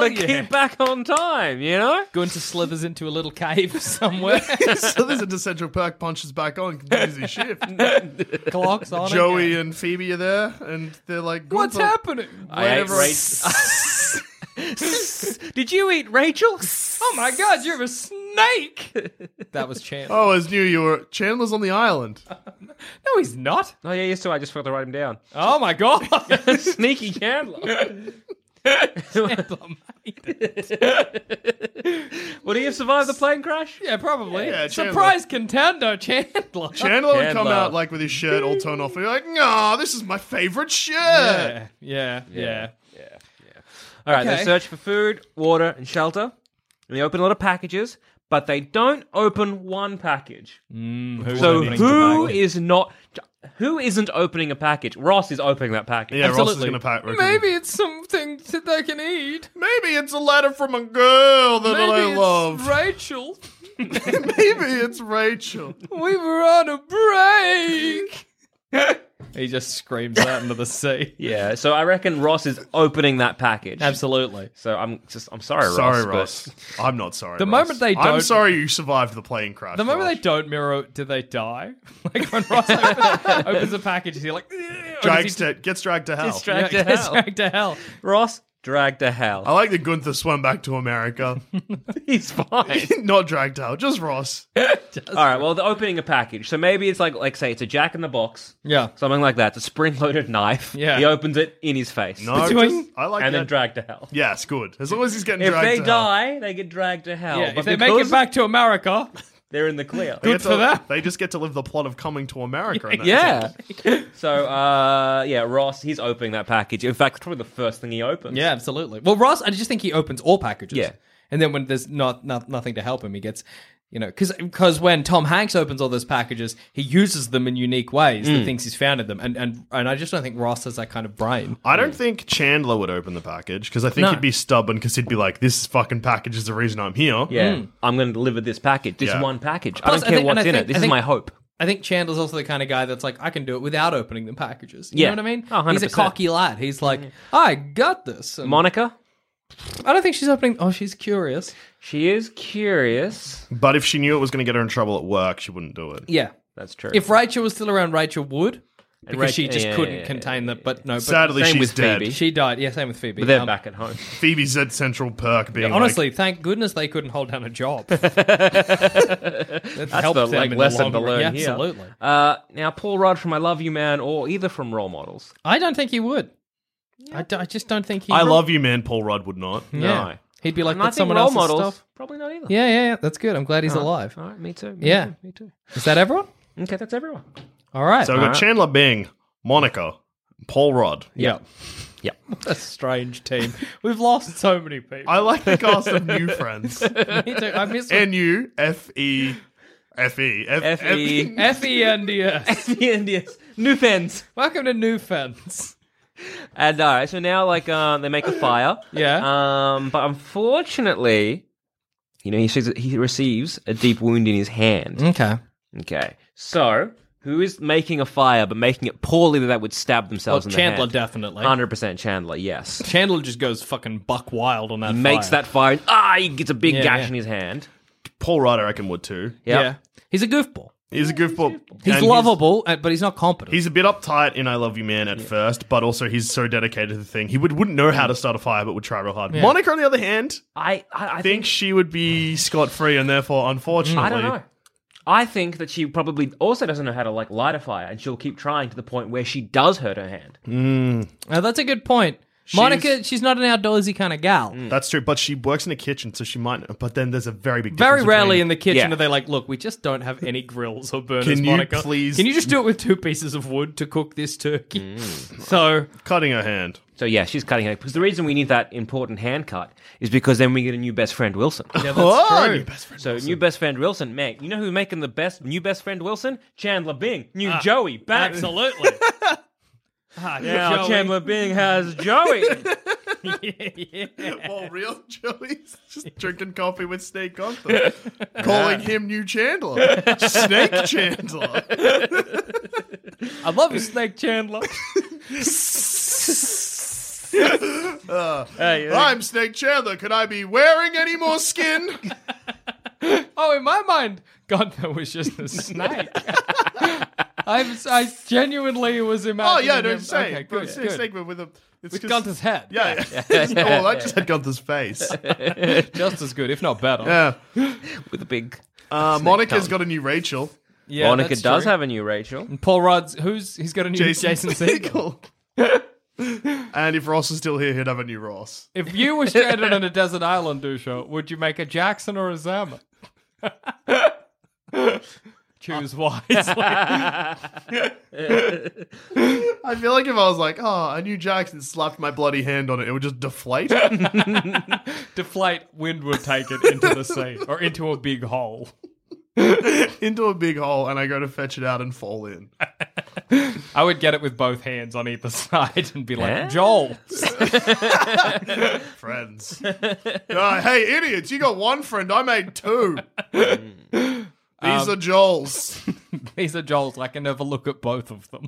Speaker 2: got to
Speaker 4: yeah.
Speaker 2: keep back on time, you know."
Speaker 4: Gunter slithers into a little cave somewhere,
Speaker 3: so there's a Central Park, punches back on, continues his shift.
Speaker 4: clocks on.
Speaker 3: Joey
Speaker 4: again.
Speaker 3: and Phoebe are there, and they're like,
Speaker 4: what's
Speaker 3: "Gunther,
Speaker 4: happening?
Speaker 2: I ate
Speaker 3: Whenever
Speaker 2: Rachel. Did you eat Rachel?
Speaker 4: Oh my god, you're a snake! that was Chandler.
Speaker 3: Oh, I was new. You were Chandler's on the island.
Speaker 4: No, he's not.
Speaker 2: Oh yeah, yes, so I just forgot to write him down.
Speaker 4: Oh my god.
Speaker 2: Sneaky Chandler. Would he have survived the plane crash?
Speaker 4: yeah, probably.
Speaker 3: Yeah, Chandler.
Speaker 4: Surprise contender, Chandler.
Speaker 3: Chandler would come
Speaker 2: Chandler.
Speaker 3: out like with his shirt all torn off, and be like, "Nah, this is my favorite shirt."
Speaker 4: Yeah, yeah, yeah.
Speaker 2: All right, they
Speaker 4: Okay.
Speaker 2: search for food, water, and shelter, and they open a lot of packages, but they don't open one package. so who is not? Who isn't opening a package? Ross is opening that package.
Speaker 3: Yeah, Ross is
Speaker 4: Absolutely.
Speaker 3: gonna pack.
Speaker 4: Maybe it's something that they can eat.
Speaker 3: maybe it's a letter from a girl that
Speaker 4: Maybe
Speaker 3: I
Speaker 4: it's
Speaker 3: love.
Speaker 4: Rachel.
Speaker 3: maybe it's Rachel.
Speaker 4: We were on a break. he just screams out into the sea.
Speaker 2: Yeah, so I reckon Ross is opening that package.
Speaker 4: Absolutely.
Speaker 2: So I'm just I'm sorry, Ross.
Speaker 3: sorry,
Speaker 2: but-
Speaker 3: Ross. I'm not sorry.
Speaker 4: The
Speaker 3: Ross.
Speaker 4: moment they
Speaker 3: I'm
Speaker 4: don't-
Speaker 3: sorry you survived the plane crash.
Speaker 4: The moment
Speaker 3: Ross.
Speaker 4: they don't mirror, do they die? Like when Ross opens, opens a package, is he like, "Ugh," or
Speaker 2: Oh,
Speaker 4: does
Speaker 3: drags
Speaker 4: he
Speaker 3: to, gets dragged to hell.
Speaker 2: Gets dragged
Speaker 4: yeah,
Speaker 2: to
Speaker 4: gets
Speaker 2: hell.
Speaker 4: dragged to hell?
Speaker 2: Ross dragged to hell.
Speaker 4: Oh.
Speaker 3: I like that Gunther swam back to America.
Speaker 2: He's fine.
Speaker 3: not dragged out, just Ross.
Speaker 2: All right. Well, they're opening a package, so maybe it's like, like say, it's a Jack in the Box,
Speaker 4: Yeah.
Speaker 2: something like that. It's a spring-loaded knife.
Speaker 4: Yeah.
Speaker 2: He opens it in his face.
Speaker 3: No,
Speaker 4: doing-
Speaker 3: just- I like
Speaker 2: and
Speaker 3: that.
Speaker 2: then dragged to hell.
Speaker 3: yes, good. As long as he's getting
Speaker 2: If
Speaker 3: dragged
Speaker 2: they
Speaker 3: to hell.
Speaker 2: die, they get dragged to hell.
Speaker 4: Yeah,
Speaker 2: But
Speaker 4: if they make
Speaker 2: because
Speaker 4: it back to America,
Speaker 2: they're in the clear.
Speaker 3: They get
Speaker 4: Good
Speaker 3: to-
Speaker 4: for that.
Speaker 3: They just get to live the plot of coming to America. and that's it.
Speaker 2: Yeah. so, uh, yeah, Ross, he's opening that package. In fact, it's probably the first thing he opens.
Speaker 4: Yeah, absolutely. Well, Ross, I just think he opens all packages.
Speaker 2: Yeah.
Speaker 4: And then when there's not, not nothing to help him, he gets, you know, because when Tom Hanks opens all those packages, he uses them in unique ways,
Speaker 3: Mm.
Speaker 4: the things he's found in them. And, and and I just don't think Ross has that kind of brain.
Speaker 3: I don't think Chandler would open the package because I think
Speaker 4: No.
Speaker 3: he'd be stubborn because he'd be like, "This fucking package is the reason I'm here."
Speaker 2: Yeah. I'm going to deliver this package, this
Speaker 3: Yeah.
Speaker 2: one package. I
Speaker 4: Mm. Plus,
Speaker 2: don't
Speaker 4: I
Speaker 2: care
Speaker 4: think- and
Speaker 2: what's
Speaker 4: I
Speaker 2: in
Speaker 4: think-
Speaker 2: it. This
Speaker 4: I
Speaker 2: is
Speaker 4: think-
Speaker 2: my hope.
Speaker 4: I think Chandler's also the kind of guy that's like, I can do it without opening the packages. You
Speaker 2: Yeah.
Speaker 4: know what I mean?
Speaker 2: Oh,
Speaker 4: He's a
Speaker 2: 100%.
Speaker 4: cocky lad. He's like, I got this. And
Speaker 2: Monica,
Speaker 4: I don't think she's opening. Oh, she's curious.
Speaker 2: she is curious.
Speaker 3: But if she knew it was going to get her in trouble at work, she wouldn't do it.
Speaker 4: Yeah.
Speaker 2: That's true.
Speaker 4: If Rachel was still around, Rachel would. Because
Speaker 2: Rach-
Speaker 4: she just
Speaker 2: yeah,
Speaker 4: couldn't
Speaker 2: yeah, yeah,
Speaker 4: contain the. But no, but
Speaker 3: Sadly,
Speaker 2: Same
Speaker 3: she's
Speaker 2: with
Speaker 3: dead.
Speaker 2: Phoebe.
Speaker 4: she died. Yeah, same with Phoebe.
Speaker 2: but they're
Speaker 4: Um,
Speaker 2: back at home.
Speaker 3: Phoebe's at Central Perk being
Speaker 4: Honestly, thank goodness they couldn't hold down a job. That's
Speaker 2: the, like, lesson to learn
Speaker 4: Yeah,
Speaker 2: here.
Speaker 4: absolutely.
Speaker 2: Uh, now, Paul Rudd from I Love You Man or either from Role Models.
Speaker 4: I don't think he would. I, d- I just don't think he.
Speaker 3: like, "I
Speaker 4: would.
Speaker 3: love you, man." Paul Rudd would not.
Speaker 4: Yeah.
Speaker 2: No.
Speaker 4: He'd be like,
Speaker 2: and I
Speaker 4: that's
Speaker 2: think
Speaker 4: someone
Speaker 2: Role
Speaker 4: else's
Speaker 2: Models,
Speaker 4: stuff.
Speaker 2: probably not either.
Speaker 4: Yeah, yeah, yeah, that's good. I'm glad he's alive.
Speaker 2: All right, me too. me
Speaker 4: Yeah.
Speaker 2: too, Me too.
Speaker 4: Is that everyone?
Speaker 2: Okay, that's everyone.
Speaker 4: All right.
Speaker 3: So we've got Chandler Bing, Monica, Paul Rudd.
Speaker 4: yeah.
Speaker 2: Yep.
Speaker 4: What a strange team. We've lost so many people.
Speaker 3: I like the cast of new friends.
Speaker 4: Me too. I miss
Speaker 3: N U F E F E
Speaker 2: F E.
Speaker 4: F E N D S.
Speaker 2: New fans.
Speaker 4: Welcome to New Fans.
Speaker 2: And all right, so now like uh, they make a fire.
Speaker 4: Yeah.
Speaker 2: Um, but unfortunately, you know he sees he receives a deep wound in his hand.
Speaker 4: Okay.
Speaker 2: Okay. So, who is making a fire but making it poorly that that would stab
Speaker 4: Well,
Speaker 2: themselves in
Speaker 4: Chandler
Speaker 2: the hand?
Speaker 4: definitely.
Speaker 2: 100% Chandler, yes.
Speaker 4: Chandler just goes fucking buck wild on that.
Speaker 2: Makes
Speaker 4: fire.
Speaker 2: that fire. Ah, he gets a big
Speaker 4: Yeah,
Speaker 2: gash
Speaker 4: yeah.
Speaker 2: in his hand.
Speaker 3: Paul Rudd, I reckon, would too.
Speaker 2: Yep.
Speaker 4: Yeah. He's a goofball.
Speaker 3: He's a goofball.
Speaker 4: He's
Speaker 3: And
Speaker 4: lovable, uh, but he's not competent.
Speaker 3: He's a bit uptight in I Love You Man at first, but also he's so dedicated to the thing. He would, wouldn't know how to start a fire, but would try real hard. Monica, on the other hand,
Speaker 2: I, I, I
Speaker 3: think
Speaker 2: think,
Speaker 3: she would be scot free and therefore, unfortunately.
Speaker 2: I don't know. I think that she probably also doesn't know how to like light a fire, and she'll keep trying to the point where she does hurt her hand.
Speaker 4: Uh, that's a good point. Monica, she's not an outdoorsy kind of gal.
Speaker 3: That's true, but she works in a kitchen, so she might. But then there's a very big
Speaker 4: Very
Speaker 3: difference
Speaker 4: rarely
Speaker 3: between-
Speaker 4: in the kitchen
Speaker 2: Yeah.
Speaker 4: are they like, look, we just don't have any grills or burners,
Speaker 3: Can you
Speaker 4: Monica.
Speaker 3: please-
Speaker 4: Can you just do it with two pieces of wood to cook this turkey?
Speaker 3: Mm.
Speaker 4: So
Speaker 3: cutting her hand.
Speaker 2: So yeah, she's cutting her because the reason we need that important hand cut is because then we get a new best friend Wilson.
Speaker 4: yeah, that's
Speaker 3: Oh,
Speaker 4: true.
Speaker 3: your best friend.
Speaker 2: So new best friend Wilson, man, you know who's making the best new best friend Wilson? Chandler Bing, new
Speaker 4: Ah,
Speaker 2: Joey, back.
Speaker 4: Absolutely. Ah,
Speaker 2: Now
Speaker 4: Joey.
Speaker 2: Chandler Bing has Joey.
Speaker 3: Well, Oh, real Joey's just drinking coffee with Snake Gunther, calling him new Chandler, Snake Chandler.
Speaker 4: I love you, Snake Chandler.
Speaker 3: I'm Snake Chandler. Could I be wearing any more skin?
Speaker 4: oh, in my mind, Gunther was just a snake. I, was- I genuinely was
Speaker 3: oh
Speaker 4: imagining.
Speaker 3: yeah,
Speaker 4: him.
Speaker 3: don't say.
Speaker 4: Okay,
Speaker 3: but
Speaker 4: good,
Speaker 3: Snake,
Speaker 4: good.
Speaker 3: Snake but with a it's
Speaker 4: With
Speaker 3: 'cause-
Speaker 4: Gunther's head.
Speaker 3: Yeah, yeah. oh, I just had Gunther's face.
Speaker 4: Just as good, if not better.
Speaker 3: Yeah.
Speaker 2: With a big
Speaker 3: Uh, Monica's got a new Rachel.
Speaker 4: Yeah,
Speaker 2: Monica
Speaker 4: that's
Speaker 2: does
Speaker 4: true.
Speaker 2: have a new Rachel.
Speaker 4: Paul Rudd's. Who's he's got a new Jason, Segel.
Speaker 3: Segel. and if Ross was still here, he'd have a new Ross.
Speaker 4: If you were stranded on a desert island, Dusha, would you make a Jackson or a Zama? Choose wisely.
Speaker 3: I feel like if I was like, oh, I knew Jackson slapped my bloody hand on it, it would just deflate.
Speaker 4: Deflate, wind would take it into the sea or into a big hole.
Speaker 3: into a big hole and I go to fetch it out and fall in.
Speaker 4: I would get it with both hands on either side and be
Speaker 2: Eh?
Speaker 4: like, Joel.
Speaker 3: Friends. Uh, hey, idiots, you got one friend. I made two.
Speaker 4: Um,
Speaker 3: These are Joel's.
Speaker 4: These are Joel's. I can never look at both of them.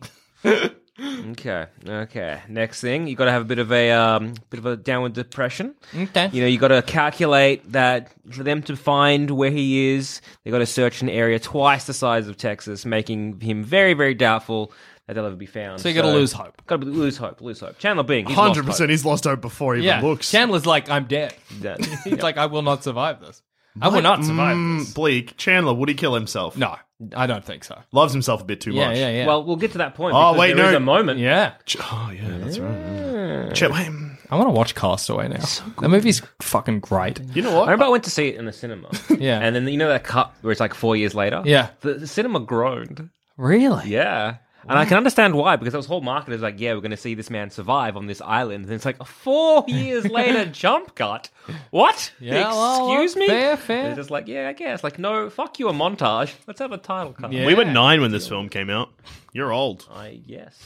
Speaker 2: Okay, okay. Next thing, you got to have a bit of a um, bit of a downward depression.
Speaker 4: Okay.
Speaker 2: You know, you got to calculate that for them to find where he is, they got to search an area twice the size of Texas, making him very, very doubtful that they'll ever be found.
Speaker 4: So you gotta lose hope.
Speaker 2: Got to lose hope. Lose hope. Chandler Bing, he's lost
Speaker 3: Hundred percent. He's lost hope before he
Speaker 4: Yeah.
Speaker 3: even looks.
Speaker 4: Chandler's like, I'm dead.
Speaker 2: hope. That-
Speaker 4: He's like, I will not survive this. I will not survive
Speaker 3: Mm,
Speaker 4: this.
Speaker 3: bleak. Chandler, would he kill himself?
Speaker 4: No, I don't think so.
Speaker 3: Loves himself a bit too
Speaker 4: Yeah,
Speaker 3: much.
Speaker 4: yeah, yeah.
Speaker 2: Well, we'll get to that point.
Speaker 3: Oh,
Speaker 2: because
Speaker 3: wait,
Speaker 2: there is
Speaker 3: no.
Speaker 2: a moment.
Speaker 4: yeah.
Speaker 3: Ch- Oh yeah, that's right. yeah. Ch- wait, mm.
Speaker 4: I want to watch Castaway now. That movie's fucking great.
Speaker 3: You know
Speaker 2: I
Speaker 3: what?
Speaker 2: remember I went to see it in the cinema.
Speaker 4: Yeah.
Speaker 2: And then you know that cut where it's like four years later.
Speaker 4: Yeah.
Speaker 2: The, the cinema groaned.
Speaker 4: Really?
Speaker 2: Yeah. And I can understand why, because this whole market is like, yeah, we're going to see this man survive on this island. And it's like, four years later, jump cut? What?
Speaker 4: Yeah, well,
Speaker 2: Excuse me?
Speaker 4: fair, fair.
Speaker 2: And It's just like, yeah, I guess. Like, no, fuck you, a montage. Let's have a title cut.
Speaker 4: Yeah.
Speaker 3: We were nine when this film came out. You're old,
Speaker 2: I guess.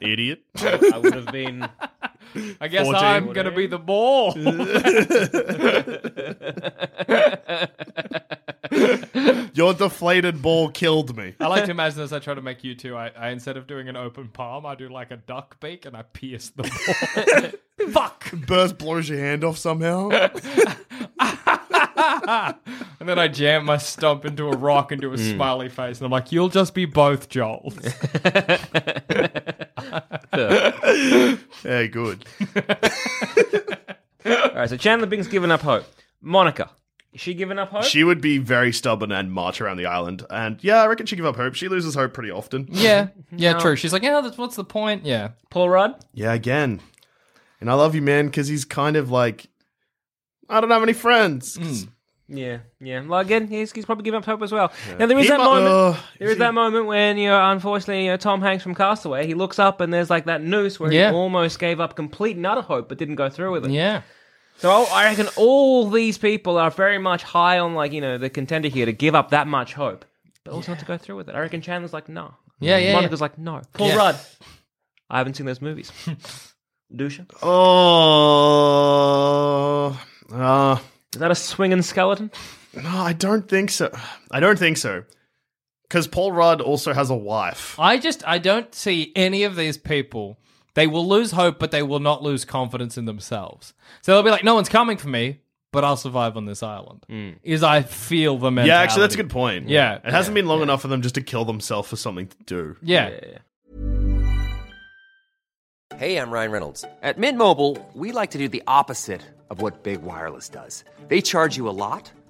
Speaker 3: idiot.
Speaker 2: I would have been.
Speaker 4: I guess
Speaker 3: 14.
Speaker 4: I'm going to be the ball.
Speaker 3: Your deflated ball killed me.
Speaker 4: I like to imagine as I try to make you two, I, I instead of doing an open palm, I do like a duck beak and I pierce the ball. Fuck!
Speaker 3: Burst blows your hand off somehow.
Speaker 4: And then I jam my stump into a rock and do a
Speaker 3: Hmm.
Speaker 4: smiley face. And I'm like, you'll just be both Joels.
Speaker 3: yeah, good.
Speaker 2: All right, so Chandler Bing's given up hope. Monica, is she giving up hope?
Speaker 3: She would be very stubborn and march around the island. And yeah, I reckon she give up hope. She loses hope pretty often.
Speaker 4: yeah. Yeah, true. She's like, yeah, that's, what's the point? Yeah.
Speaker 2: Paul Rudd?
Speaker 3: Yeah, again. And I love you, man, because he's kind of like, I don't have any friends. 'Cause
Speaker 2: Yeah, yeah. Well, again, he's, he's probably giving up hope as well. Now, there is
Speaker 3: He
Speaker 2: that
Speaker 3: mu-
Speaker 2: moment.
Speaker 3: uh,
Speaker 2: There is that moment when you know, unfortunately, you know, Tom Hanks from Castaway, he looks up and there's like that noose where
Speaker 4: Yeah.
Speaker 2: he almost gave up complete and utter hope, but didn't go through with it.
Speaker 4: Yeah.
Speaker 2: So I- I reckon all these people are very much high on like you know the contender here to give up that much hope, but also not to go through with it. I reckon Chandler's like, no.
Speaker 4: Yeah, yeah,
Speaker 2: Monica's like, no. Paul
Speaker 4: Yeah.
Speaker 2: Rudd, I haven't seen those movies. Dusha,
Speaker 3: Oh, uh,
Speaker 2: is that a swinging skeleton?
Speaker 3: no, I don't think so. I don't think so. Because Paul Rudd also has a wife.
Speaker 4: I just I don't see any of these people. They will lose hope, but they will not lose confidence in themselves. So they'll be like, "No one's coming for me, but I'll survive on this island." Is I feel the
Speaker 3: Hmm.
Speaker 4: mentality.
Speaker 3: Yeah, actually, that's a good point.
Speaker 4: Yeah.
Speaker 3: It hasn't been long enough for them just to kill themselves for something to do.
Speaker 4: Yeah.
Speaker 6: Hey, I'm Ryan Reynolds. At Mint Mobile, we like to do the opposite of what Big Wireless does. They charge you a lot,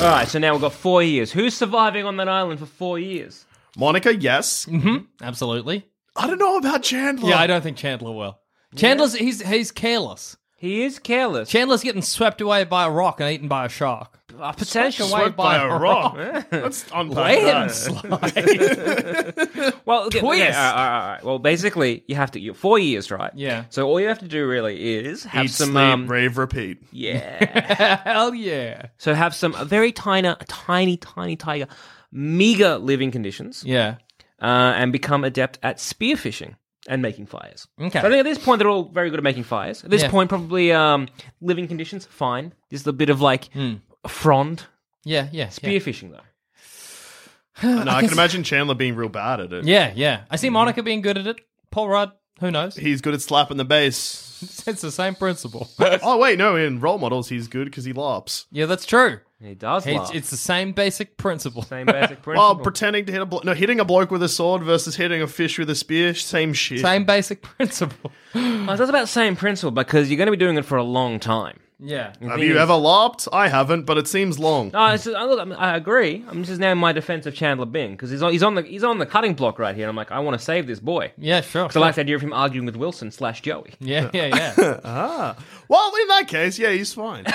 Speaker 2: All right, so now we've got four years. Who's surviving on that island for four years?
Speaker 3: Monica, yes.
Speaker 4: Mm-hmm. Absolutely.
Speaker 3: I don't know about Chandler.
Speaker 4: Hmm. Yeah, I don't think Chandler will. Chandler's he's he's careless.
Speaker 2: He is careless.
Speaker 4: Chandler's getting swept away by a rock and eaten by a shark.
Speaker 2: Uh, potential.
Speaker 4: Swept
Speaker 3: Swept by a rock. Let's unpack
Speaker 4: Let him
Speaker 3: that.
Speaker 4: slide.
Speaker 2: Well, okay,
Speaker 4: Twist.
Speaker 2: okay, all right, all right, all right. Well, basically, you have to you four years, right?
Speaker 4: Yeah.
Speaker 2: So all you have to do really is have
Speaker 3: Eat,
Speaker 2: some
Speaker 3: sleep,
Speaker 2: um,
Speaker 3: rave, repeat.
Speaker 2: yeah.
Speaker 4: Hell yeah.
Speaker 2: so have some very tiny, tiny, tiny tiger, meager living conditions,
Speaker 4: Yeah.
Speaker 2: uh, and become adept at spearfishing and making fires.
Speaker 4: Okay.
Speaker 2: So I think at this point they're all very good at making fires. At this
Speaker 4: Yeah.
Speaker 2: point, probably um, living conditions fine. There's a bit of like
Speaker 4: Hmm.
Speaker 2: frond
Speaker 4: Yeah, yeah. Yeah.
Speaker 2: spearfishing though.
Speaker 3: No, I can imagine Chandler being real bad at it.
Speaker 4: yeah, yeah. I see Monica being good at it. Paul Rudd, who knows?
Speaker 3: He's good at slapping the bass.
Speaker 4: It's the same principle.
Speaker 3: oh, wait, no, in role models, he's good because he larps.
Speaker 4: yeah, that's true.
Speaker 2: He does.
Speaker 4: It's,
Speaker 2: laugh.
Speaker 4: it's the same basic principle.
Speaker 2: same basic principle.
Speaker 3: Well, pretending to hit a blo- no, hitting a bloke with a sword versus hitting a fish with a spear, same shit.
Speaker 4: Same basic principle.
Speaker 2: I was about the same principle because you're going to be doing it for a long time.
Speaker 4: Yeah.
Speaker 3: Have you ever larped? I haven't, but it seems long.
Speaker 2: No, it's just, I look, I'm- I agree. I'm, this is now my defense of Chandler Bing because he's on, he's on the he's on the cutting block right here. And I'm like, I want to save this boy.
Speaker 4: Yeah, sure.
Speaker 2: Because I like the idea of him arguing with Wilson slash Joey.
Speaker 4: Yeah, yeah, yeah.
Speaker 3: Well, in that case, yeah, he's fine.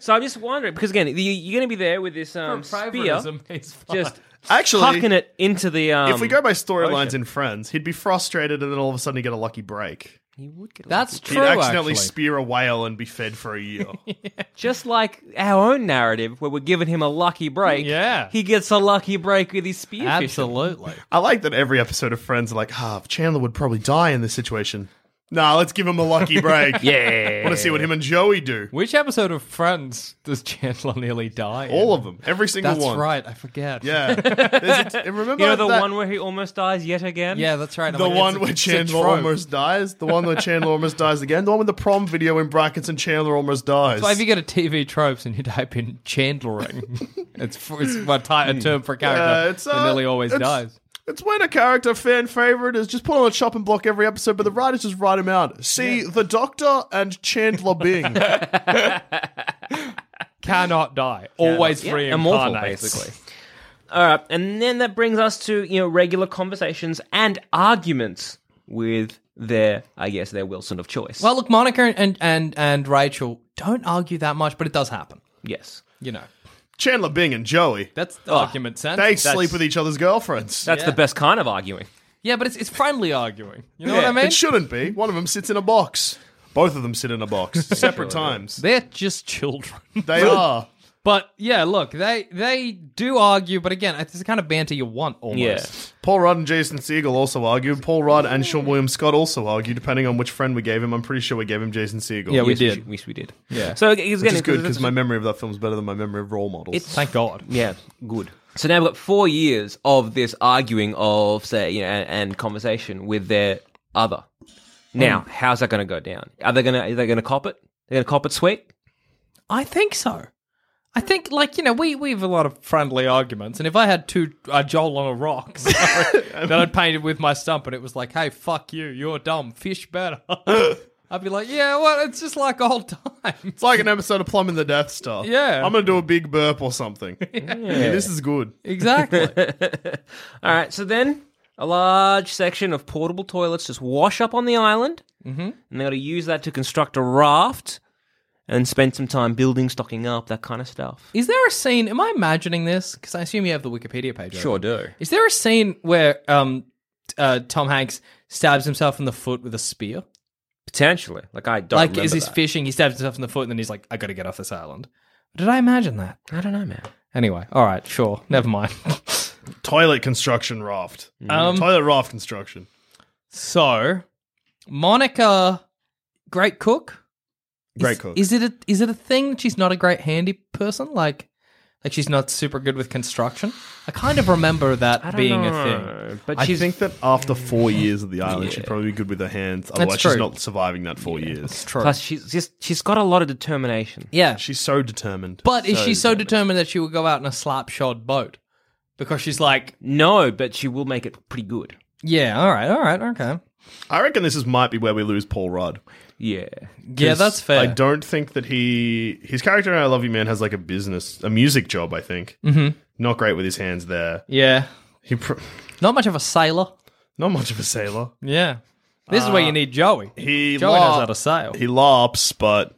Speaker 2: So I'm just wondering because again, you, you're going to be there with this um, spear,
Speaker 4: Favoritism is fine.
Speaker 2: just
Speaker 3: Actually,
Speaker 2: tucking it into the. Um,
Speaker 3: if we go by storylines in Friends, he'd be frustrated and then all of a sudden he'd get a lucky break.
Speaker 2: he would get a
Speaker 4: That's
Speaker 3: He'd
Speaker 4: true.
Speaker 3: accidentally
Speaker 4: actually.
Speaker 3: spear a whale and be fed for a year.
Speaker 2: just like our own narrative where we're giving him a lucky break.
Speaker 4: Yeah.
Speaker 2: he gets a lucky break with his spear.
Speaker 4: Absolutely.
Speaker 3: I like that every episode of Friends are like, ah, Chandler would probably die in this situation. Nah, let's give him a lucky break.
Speaker 2: Yeah.
Speaker 3: Want to see what him and Joey do?
Speaker 4: Which episode of Friends does Chandler nearly die? in?
Speaker 3: All of them, every single
Speaker 4: That's
Speaker 3: one.
Speaker 4: right. I forget.
Speaker 3: Yeah. There's a- remember
Speaker 2: You know the
Speaker 3: that-
Speaker 2: one where he almost dies yet again.
Speaker 4: Yeah, that's right. I'm
Speaker 3: The
Speaker 4: like,
Speaker 3: one
Speaker 4: it's a-
Speaker 3: where
Speaker 4: it's a
Speaker 3: Chandler
Speaker 4: trope.
Speaker 3: almost dies. The one where Chandler almost dies again. The one with the prom video in brackets and Chandler almost dies.
Speaker 4: So if you go to TV tropes and you type in Chandlering, it's for, it's my ti- a term for a character
Speaker 3: Yeah, it's,
Speaker 4: that
Speaker 3: uh,
Speaker 4: nearly always
Speaker 3: it's-
Speaker 4: dies.
Speaker 3: it's when a character fan favorite is just put on a chopping block every episode, but the writers just write him out. See the Doctor and Chandler Bing.
Speaker 4: Cannot die. Always
Speaker 2: Yeah,
Speaker 4: free
Speaker 2: immortal, basically. All right, and then that brings us to you know regular conversations and arguments with their, I guess, their Wilson of choice.
Speaker 4: Well, look, Monica and, and and Rachel don't argue that much, but it does happen.
Speaker 2: yes,
Speaker 4: You know,
Speaker 3: Chandler Bing and Joey.
Speaker 4: that's the argument sense.
Speaker 3: Ah, They
Speaker 4: That's-
Speaker 3: sleep with each other's girlfriends.
Speaker 2: that's
Speaker 4: Yeah.
Speaker 2: the best kind of arguing.
Speaker 4: Yeah, but it's it's friendly arguing. You know what I
Speaker 2: Yeah.
Speaker 4: mean?
Speaker 3: It shouldn't be. One of them sits in a box. Both of them sit in a box, separate times.
Speaker 4: They're just children.
Speaker 3: They are.
Speaker 4: but yeah, look, they they do argue, but again, it's the kind of banter you want almost.
Speaker 3: Paul Rudd and Jason Siegel also argued. Paul Rudd and Sean William Scott also argue, depending on which friend we gave him. I'm pretty sure we gave him Jason Siegel.
Speaker 4: Yeah, we
Speaker 2: Yes, we
Speaker 4: did.
Speaker 2: should- yes, we did.
Speaker 4: Yeah.
Speaker 2: So again,
Speaker 3: Which is good
Speaker 2: it's-
Speaker 3: because my memory of that film is better than my memory of role models.
Speaker 2: It's-
Speaker 4: Thank God.
Speaker 2: yeah, good. So now we've got four years of this arguing of say you know and, and conversation with their other Now, how's that going to go down? Are they going to are they going to cop it? They're going to cop it sweet.
Speaker 4: I think so. I think, like, you know, we, we have a lot of friendly arguments, and if I had two uh, Joel on a rock, sorry, that I'd painted with my stump, and it was like, hey, fuck you, you're dumb, fish better. I'd be like, yeah, well, it's just like old times.
Speaker 3: It's like an episode of Plumbing the Death Star.
Speaker 4: Yeah.
Speaker 3: I'm going to do a big burp or something. Yeah, this is good.
Speaker 4: Exactly.
Speaker 2: All right, so then a large section of portable toilets just wash up on the island, mm-hmm. and they got to use that to construct a raft and spend some time building, stocking up, that kind of stuff.
Speaker 4: Is there a scene? Am I imagining this? Because I assume you have the Wikipedia page. open.
Speaker 2: do.
Speaker 4: Is there a scene where um, t- uh, Tom Hanks stabs himself in the foot with a spear?
Speaker 2: Potentially, like I don't
Speaker 4: like,
Speaker 2: remember
Speaker 4: is he's
Speaker 2: that.
Speaker 4: fishing? He stabs himself in the foot, and then he's like, "I got to get off this island." Did I imagine that?
Speaker 2: I don't know, man.
Speaker 4: Anyway, all right, sure, never mind.
Speaker 3: Toilet construction raft.
Speaker 4: Um,
Speaker 3: Toilet raft construction.
Speaker 4: so, Monica, great cook.
Speaker 3: Great
Speaker 4: is,
Speaker 3: cook.
Speaker 4: Is it a is it a thing that she's not a great handy person? Like, like she's not super good with construction. I kind of remember that being a thing.
Speaker 2: but
Speaker 3: I
Speaker 2: she's
Speaker 3: think that after four years of the island, she'd probably be good with her hands. Otherwise, she's
Speaker 4: true.
Speaker 3: not surviving that four years.
Speaker 4: True.
Speaker 2: plus she's just she's got a lot of determination.
Speaker 4: yeah,
Speaker 3: She's so determined.
Speaker 4: But is she so determined that she will go out in a slapshod boat? Because she's like,
Speaker 2: No, but she will make it pretty good.
Speaker 4: yeah, all right, all right, okay.
Speaker 3: I reckon this is might be where we lose Paul Rudd.
Speaker 2: Yeah,
Speaker 4: Yeah, that's fair.
Speaker 3: I don't think that he his character in I Love You Man has like a business, a music job. I think
Speaker 4: Mm-hmm.
Speaker 3: not great with his hands there.
Speaker 4: yeah.
Speaker 3: He pr-
Speaker 4: Not much of a sailor.
Speaker 3: not much of a sailor.
Speaker 4: Yeah. This is where you need Joey.
Speaker 3: Uh, He
Speaker 4: Joey knows how
Speaker 3: larp-
Speaker 4: to sail.
Speaker 3: He larps, but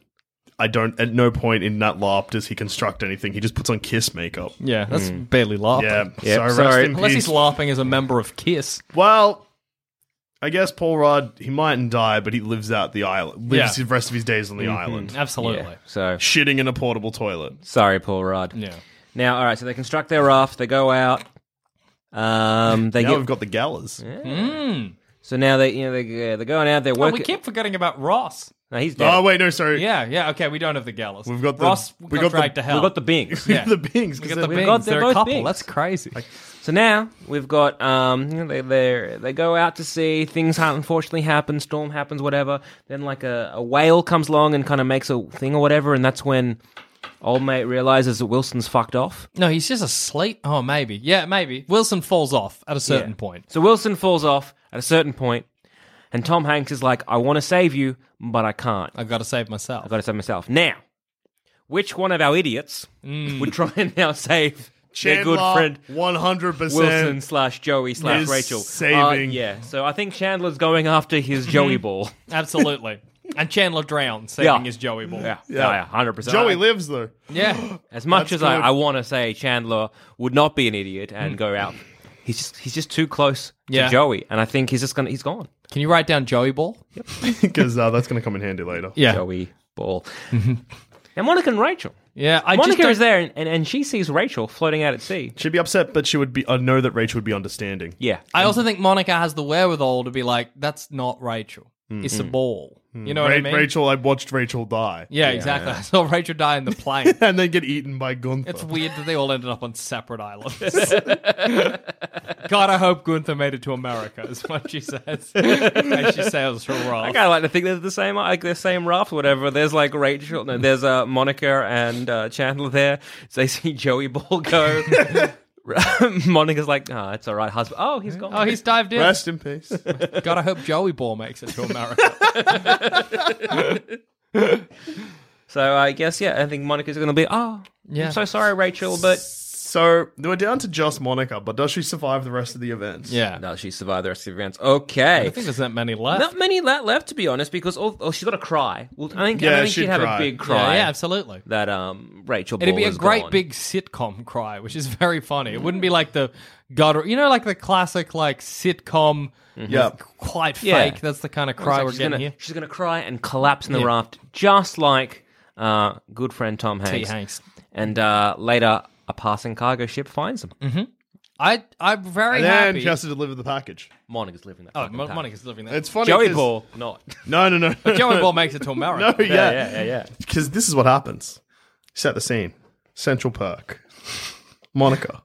Speaker 3: I don't. At no point in that larp does he construct anything. He just puts on kiss makeup.
Speaker 4: yeah, that's barely LARPing.
Speaker 3: Hmm. Yeah,
Speaker 2: Yep,
Speaker 3: so rest
Speaker 2: sorry.
Speaker 3: in
Speaker 4: Unless
Speaker 3: peace.
Speaker 4: he's LARPing as a member of KISS.
Speaker 3: Well, I guess Paul Rudd, he mightn't die, but he lives out the island, lives
Speaker 4: Yeah. Mm-hmm.
Speaker 3: the rest of his days on the island,
Speaker 4: Absolutely.
Speaker 2: yeah. So
Speaker 3: shitting in a portable toilet.
Speaker 2: sorry, Paul Rudd. Now, all right. So they construct their raft. They go out. Um, they
Speaker 3: Now
Speaker 2: get
Speaker 3: we've got the galas.
Speaker 2: so now they you know they uh, they're going out. They're
Speaker 4: Well,
Speaker 2: working.
Speaker 4: we keep forgetting about Ross.
Speaker 2: no, he's dead.
Speaker 3: Oh wait, no, sorry.
Speaker 4: Yeah, yeah, okay, we don't have the Gallus.
Speaker 3: We've got the-
Speaker 4: Ross
Speaker 3: we
Speaker 4: got,
Speaker 3: got the-
Speaker 4: dragged to hell.
Speaker 2: we got the Bings.
Speaker 3: We
Speaker 4: Yeah.
Speaker 3: have the bings.
Speaker 4: We
Speaker 3: 'cause
Speaker 4: got the
Speaker 3: they're-
Speaker 4: Bings.
Speaker 2: got- they're
Speaker 4: They're
Speaker 2: both
Speaker 4: a couple.
Speaker 2: Bings.
Speaker 4: That's crazy.
Speaker 2: So now we've got um, you know, they they they go out to sea. Things ha- unfortunately happen. Storm happens. Whatever. Then like a, a whale comes along and kind of makes a thing or whatever, and that's when old mate realizes that Wilson's fucked off.
Speaker 4: No, he's just asleep. Oh, maybe. Yeah, maybe. Wilson falls off at a certain
Speaker 2: Yeah.
Speaker 4: point.
Speaker 2: So Wilson falls off at a certain point, and Tom Hanks is like, "I want to save you, but I can't.
Speaker 4: I've got to save myself.
Speaker 2: I've got to save myself now." Which one of our idiots
Speaker 4: Mm.
Speaker 2: would try and now save their good
Speaker 3: Chandler,
Speaker 2: friend
Speaker 3: 100%.
Speaker 2: Wilson slash Joey slash
Speaker 3: is
Speaker 2: Rachel? Uh,
Speaker 3: saving-
Speaker 2: yeah. So I think Chandler's going after his Joey ball.
Speaker 4: Absolutely. and Chandler drowns, saving
Speaker 2: Yeah.
Speaker 4: his Joey ball.
Speaker 2: Yeah,
Speaker 3: Yeah.
Speaker 2: yeah, hundred percent.
Speaker 3: Joey lives though.
Speaker 4: Yeah.
Speaker 2: As much as
Speaker 3: That's
Speaker 2: I,
Speaker 3: good.
Speaker 2: I want to say Chandler would not be an idiot and go out, he's just he's just too close
Speaker 4: Yeah.
Speaker 2: to Joey, and I think he's just gonna he's gone.
Speaker 4: Can you write down Joey ball?
Speaker 3: Because uh, that's going to come in handy later.
Speaker 4: Yeah.
Speaker 2: Joey Ball. and Monica and Rachel.
Speaker 4: Yeah. I just
Speaker 2: Monica
Speaker 4: don't-
Speaker 2: is there, and, and, and she sees Rachel floating out at sea.
Speaker 3: She'd be upset, but she would be. I know that Rachel would be understanding.
Speaker 2: Yeah,
Speaker 4: I also think Monica has the wherewithal to be like, that's not Rachel. It's a ball. You know what I
Speaker 3: Ra-
Speaker 4: mean?
Speaker 3: Rachel, I watched Rachel die,
Speaker 4: Yeah, exactly. I saw Rachel die in the plane.
Speaker 3: and then get eaten by Gunther.
Speaker 4: it's weird that they all ended up on separate islands. God, I hope Gunther made it to America, is what she says. As she sails from
Speaker 2: I
Speaker 4: Ross.
Speaker 2: kind of like to think they're the same, like the same raft, or whatever. There's like Rachel, no, there's uh, Monica and uh, Chandler there. So they see Joey Ball go. Monica's like, ah, it's all right, husband. Oh, he's gone.
Speaker 4: Oh, he's dived in.
Speaker 3: Rest in peace.
Speaker 4: God, I hope Joey Ball makes it to America.
Speaker 2: So I guess yeah, I think Monica's going to be oh
Speaker 4: Yeah.
Speaker 2: I'm so sorry, Rachel, but
Speaker 3: so we're down to just Monica, but does she survive the rest of the events?
Speaker 4: yeah.
Speaker 2: no, she survived the rest of the events.
Speaker 4: I
Speaker 2: Okay,
Speaker 4: don't think there's that many left.
Speaker 2: not many that left to be honest, because all, oh, she's got a cry. Well, I think I
Speaker 3: Yeah,
Speaker 2: don't think
Speaker 3: she'd
Speaker 2: she'd have
Speaker 3: cry.
Speaker 2: a big
Speaker 4: Yeah,
Speaker 2: cry.
Speaker 4: yeah, absolutely.
Speaker 2: that um Rachel.
Speaker 4: It'd
Speaker 2: Ball
Speaker 4: be a
Speaker 2: is
Speaker 4: great
Speaker 2: gone.
Speaker 4: big sitcom cry, which is very funny. It wouldn't be like the gutter, you know, like the classic like sitcom,
Speaker 3: Mm. Yeah.
Speaker 4: quite
Speaker 2: Yeah.
Speaker 4: fake. That's the kind of
Speaker 2: It's
Speaker 4: cry
Speaker 2: like
Speaker 4: we're
Speaker 2: she's
Speaker 4: getting
Speaker 2: gonna,
Speaker 4: here.
Speaker 2: She's gonna cry and collapse in the
Speaker 4: Yeah.
Speaker 2: raft, just like uh good friend Tom
Speaker 4: T.
Speaker 2: Hanks.
Speaker 4: Hanks.
Speaker 2: And uh later, a passing cargo ship finds
Speaker 4: Mm.
Speaker 2: them.
Speaker 4: I I'm very
Speaker 3: And then
Speaker 4: happy.
Speaker 3: she has to deliver the package.
Speaker 2: Monica's living that.
Speaker 4: oh,
Speaker 2: fucking
Speaker 4: Mo-
Speaker 2: pack.
Speaker 4: Monica's living that.
Speaker 3: It's funny.
Speaker 2: Joey
Speaker 3: 'cause-
Speaker 2: Ball, not.
Speaker 3: No, no, no.
Speaker 4: Joey Ball makes it to America.
Speaker 3: no, yeah, yeah,
Speaker 2: yeah.
Speaker 3: Because this is what happens. Set the scene. Central Park. Monica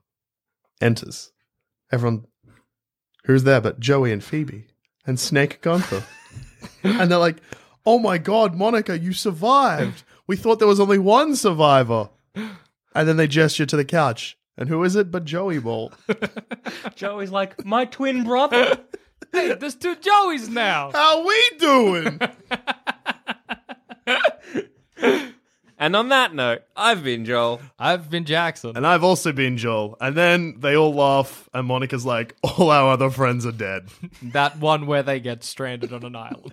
Speaker 3: enters. Everyone, who's there but Joey and Phoebe and Snake Gunther. and they're like, "Oh my god, Monica, you survived! We thought there was only one survivor." And then they gesture to the couch, and who is it but Joey Ball?
Speaker 7: Joey's like, my twin brother.
Speaker 4: Hey, there's two Joeys now.
Speaker 3: How we doing?
Speaker 6: And on that note, I've been Joel.
Speaker 4: I've been Jackson.
Speaker 3: and I've also been Joel. And then they all laugh, and Monica's like, "All our other friends are dead."
Speaker 4: That one where they get stranded on an island.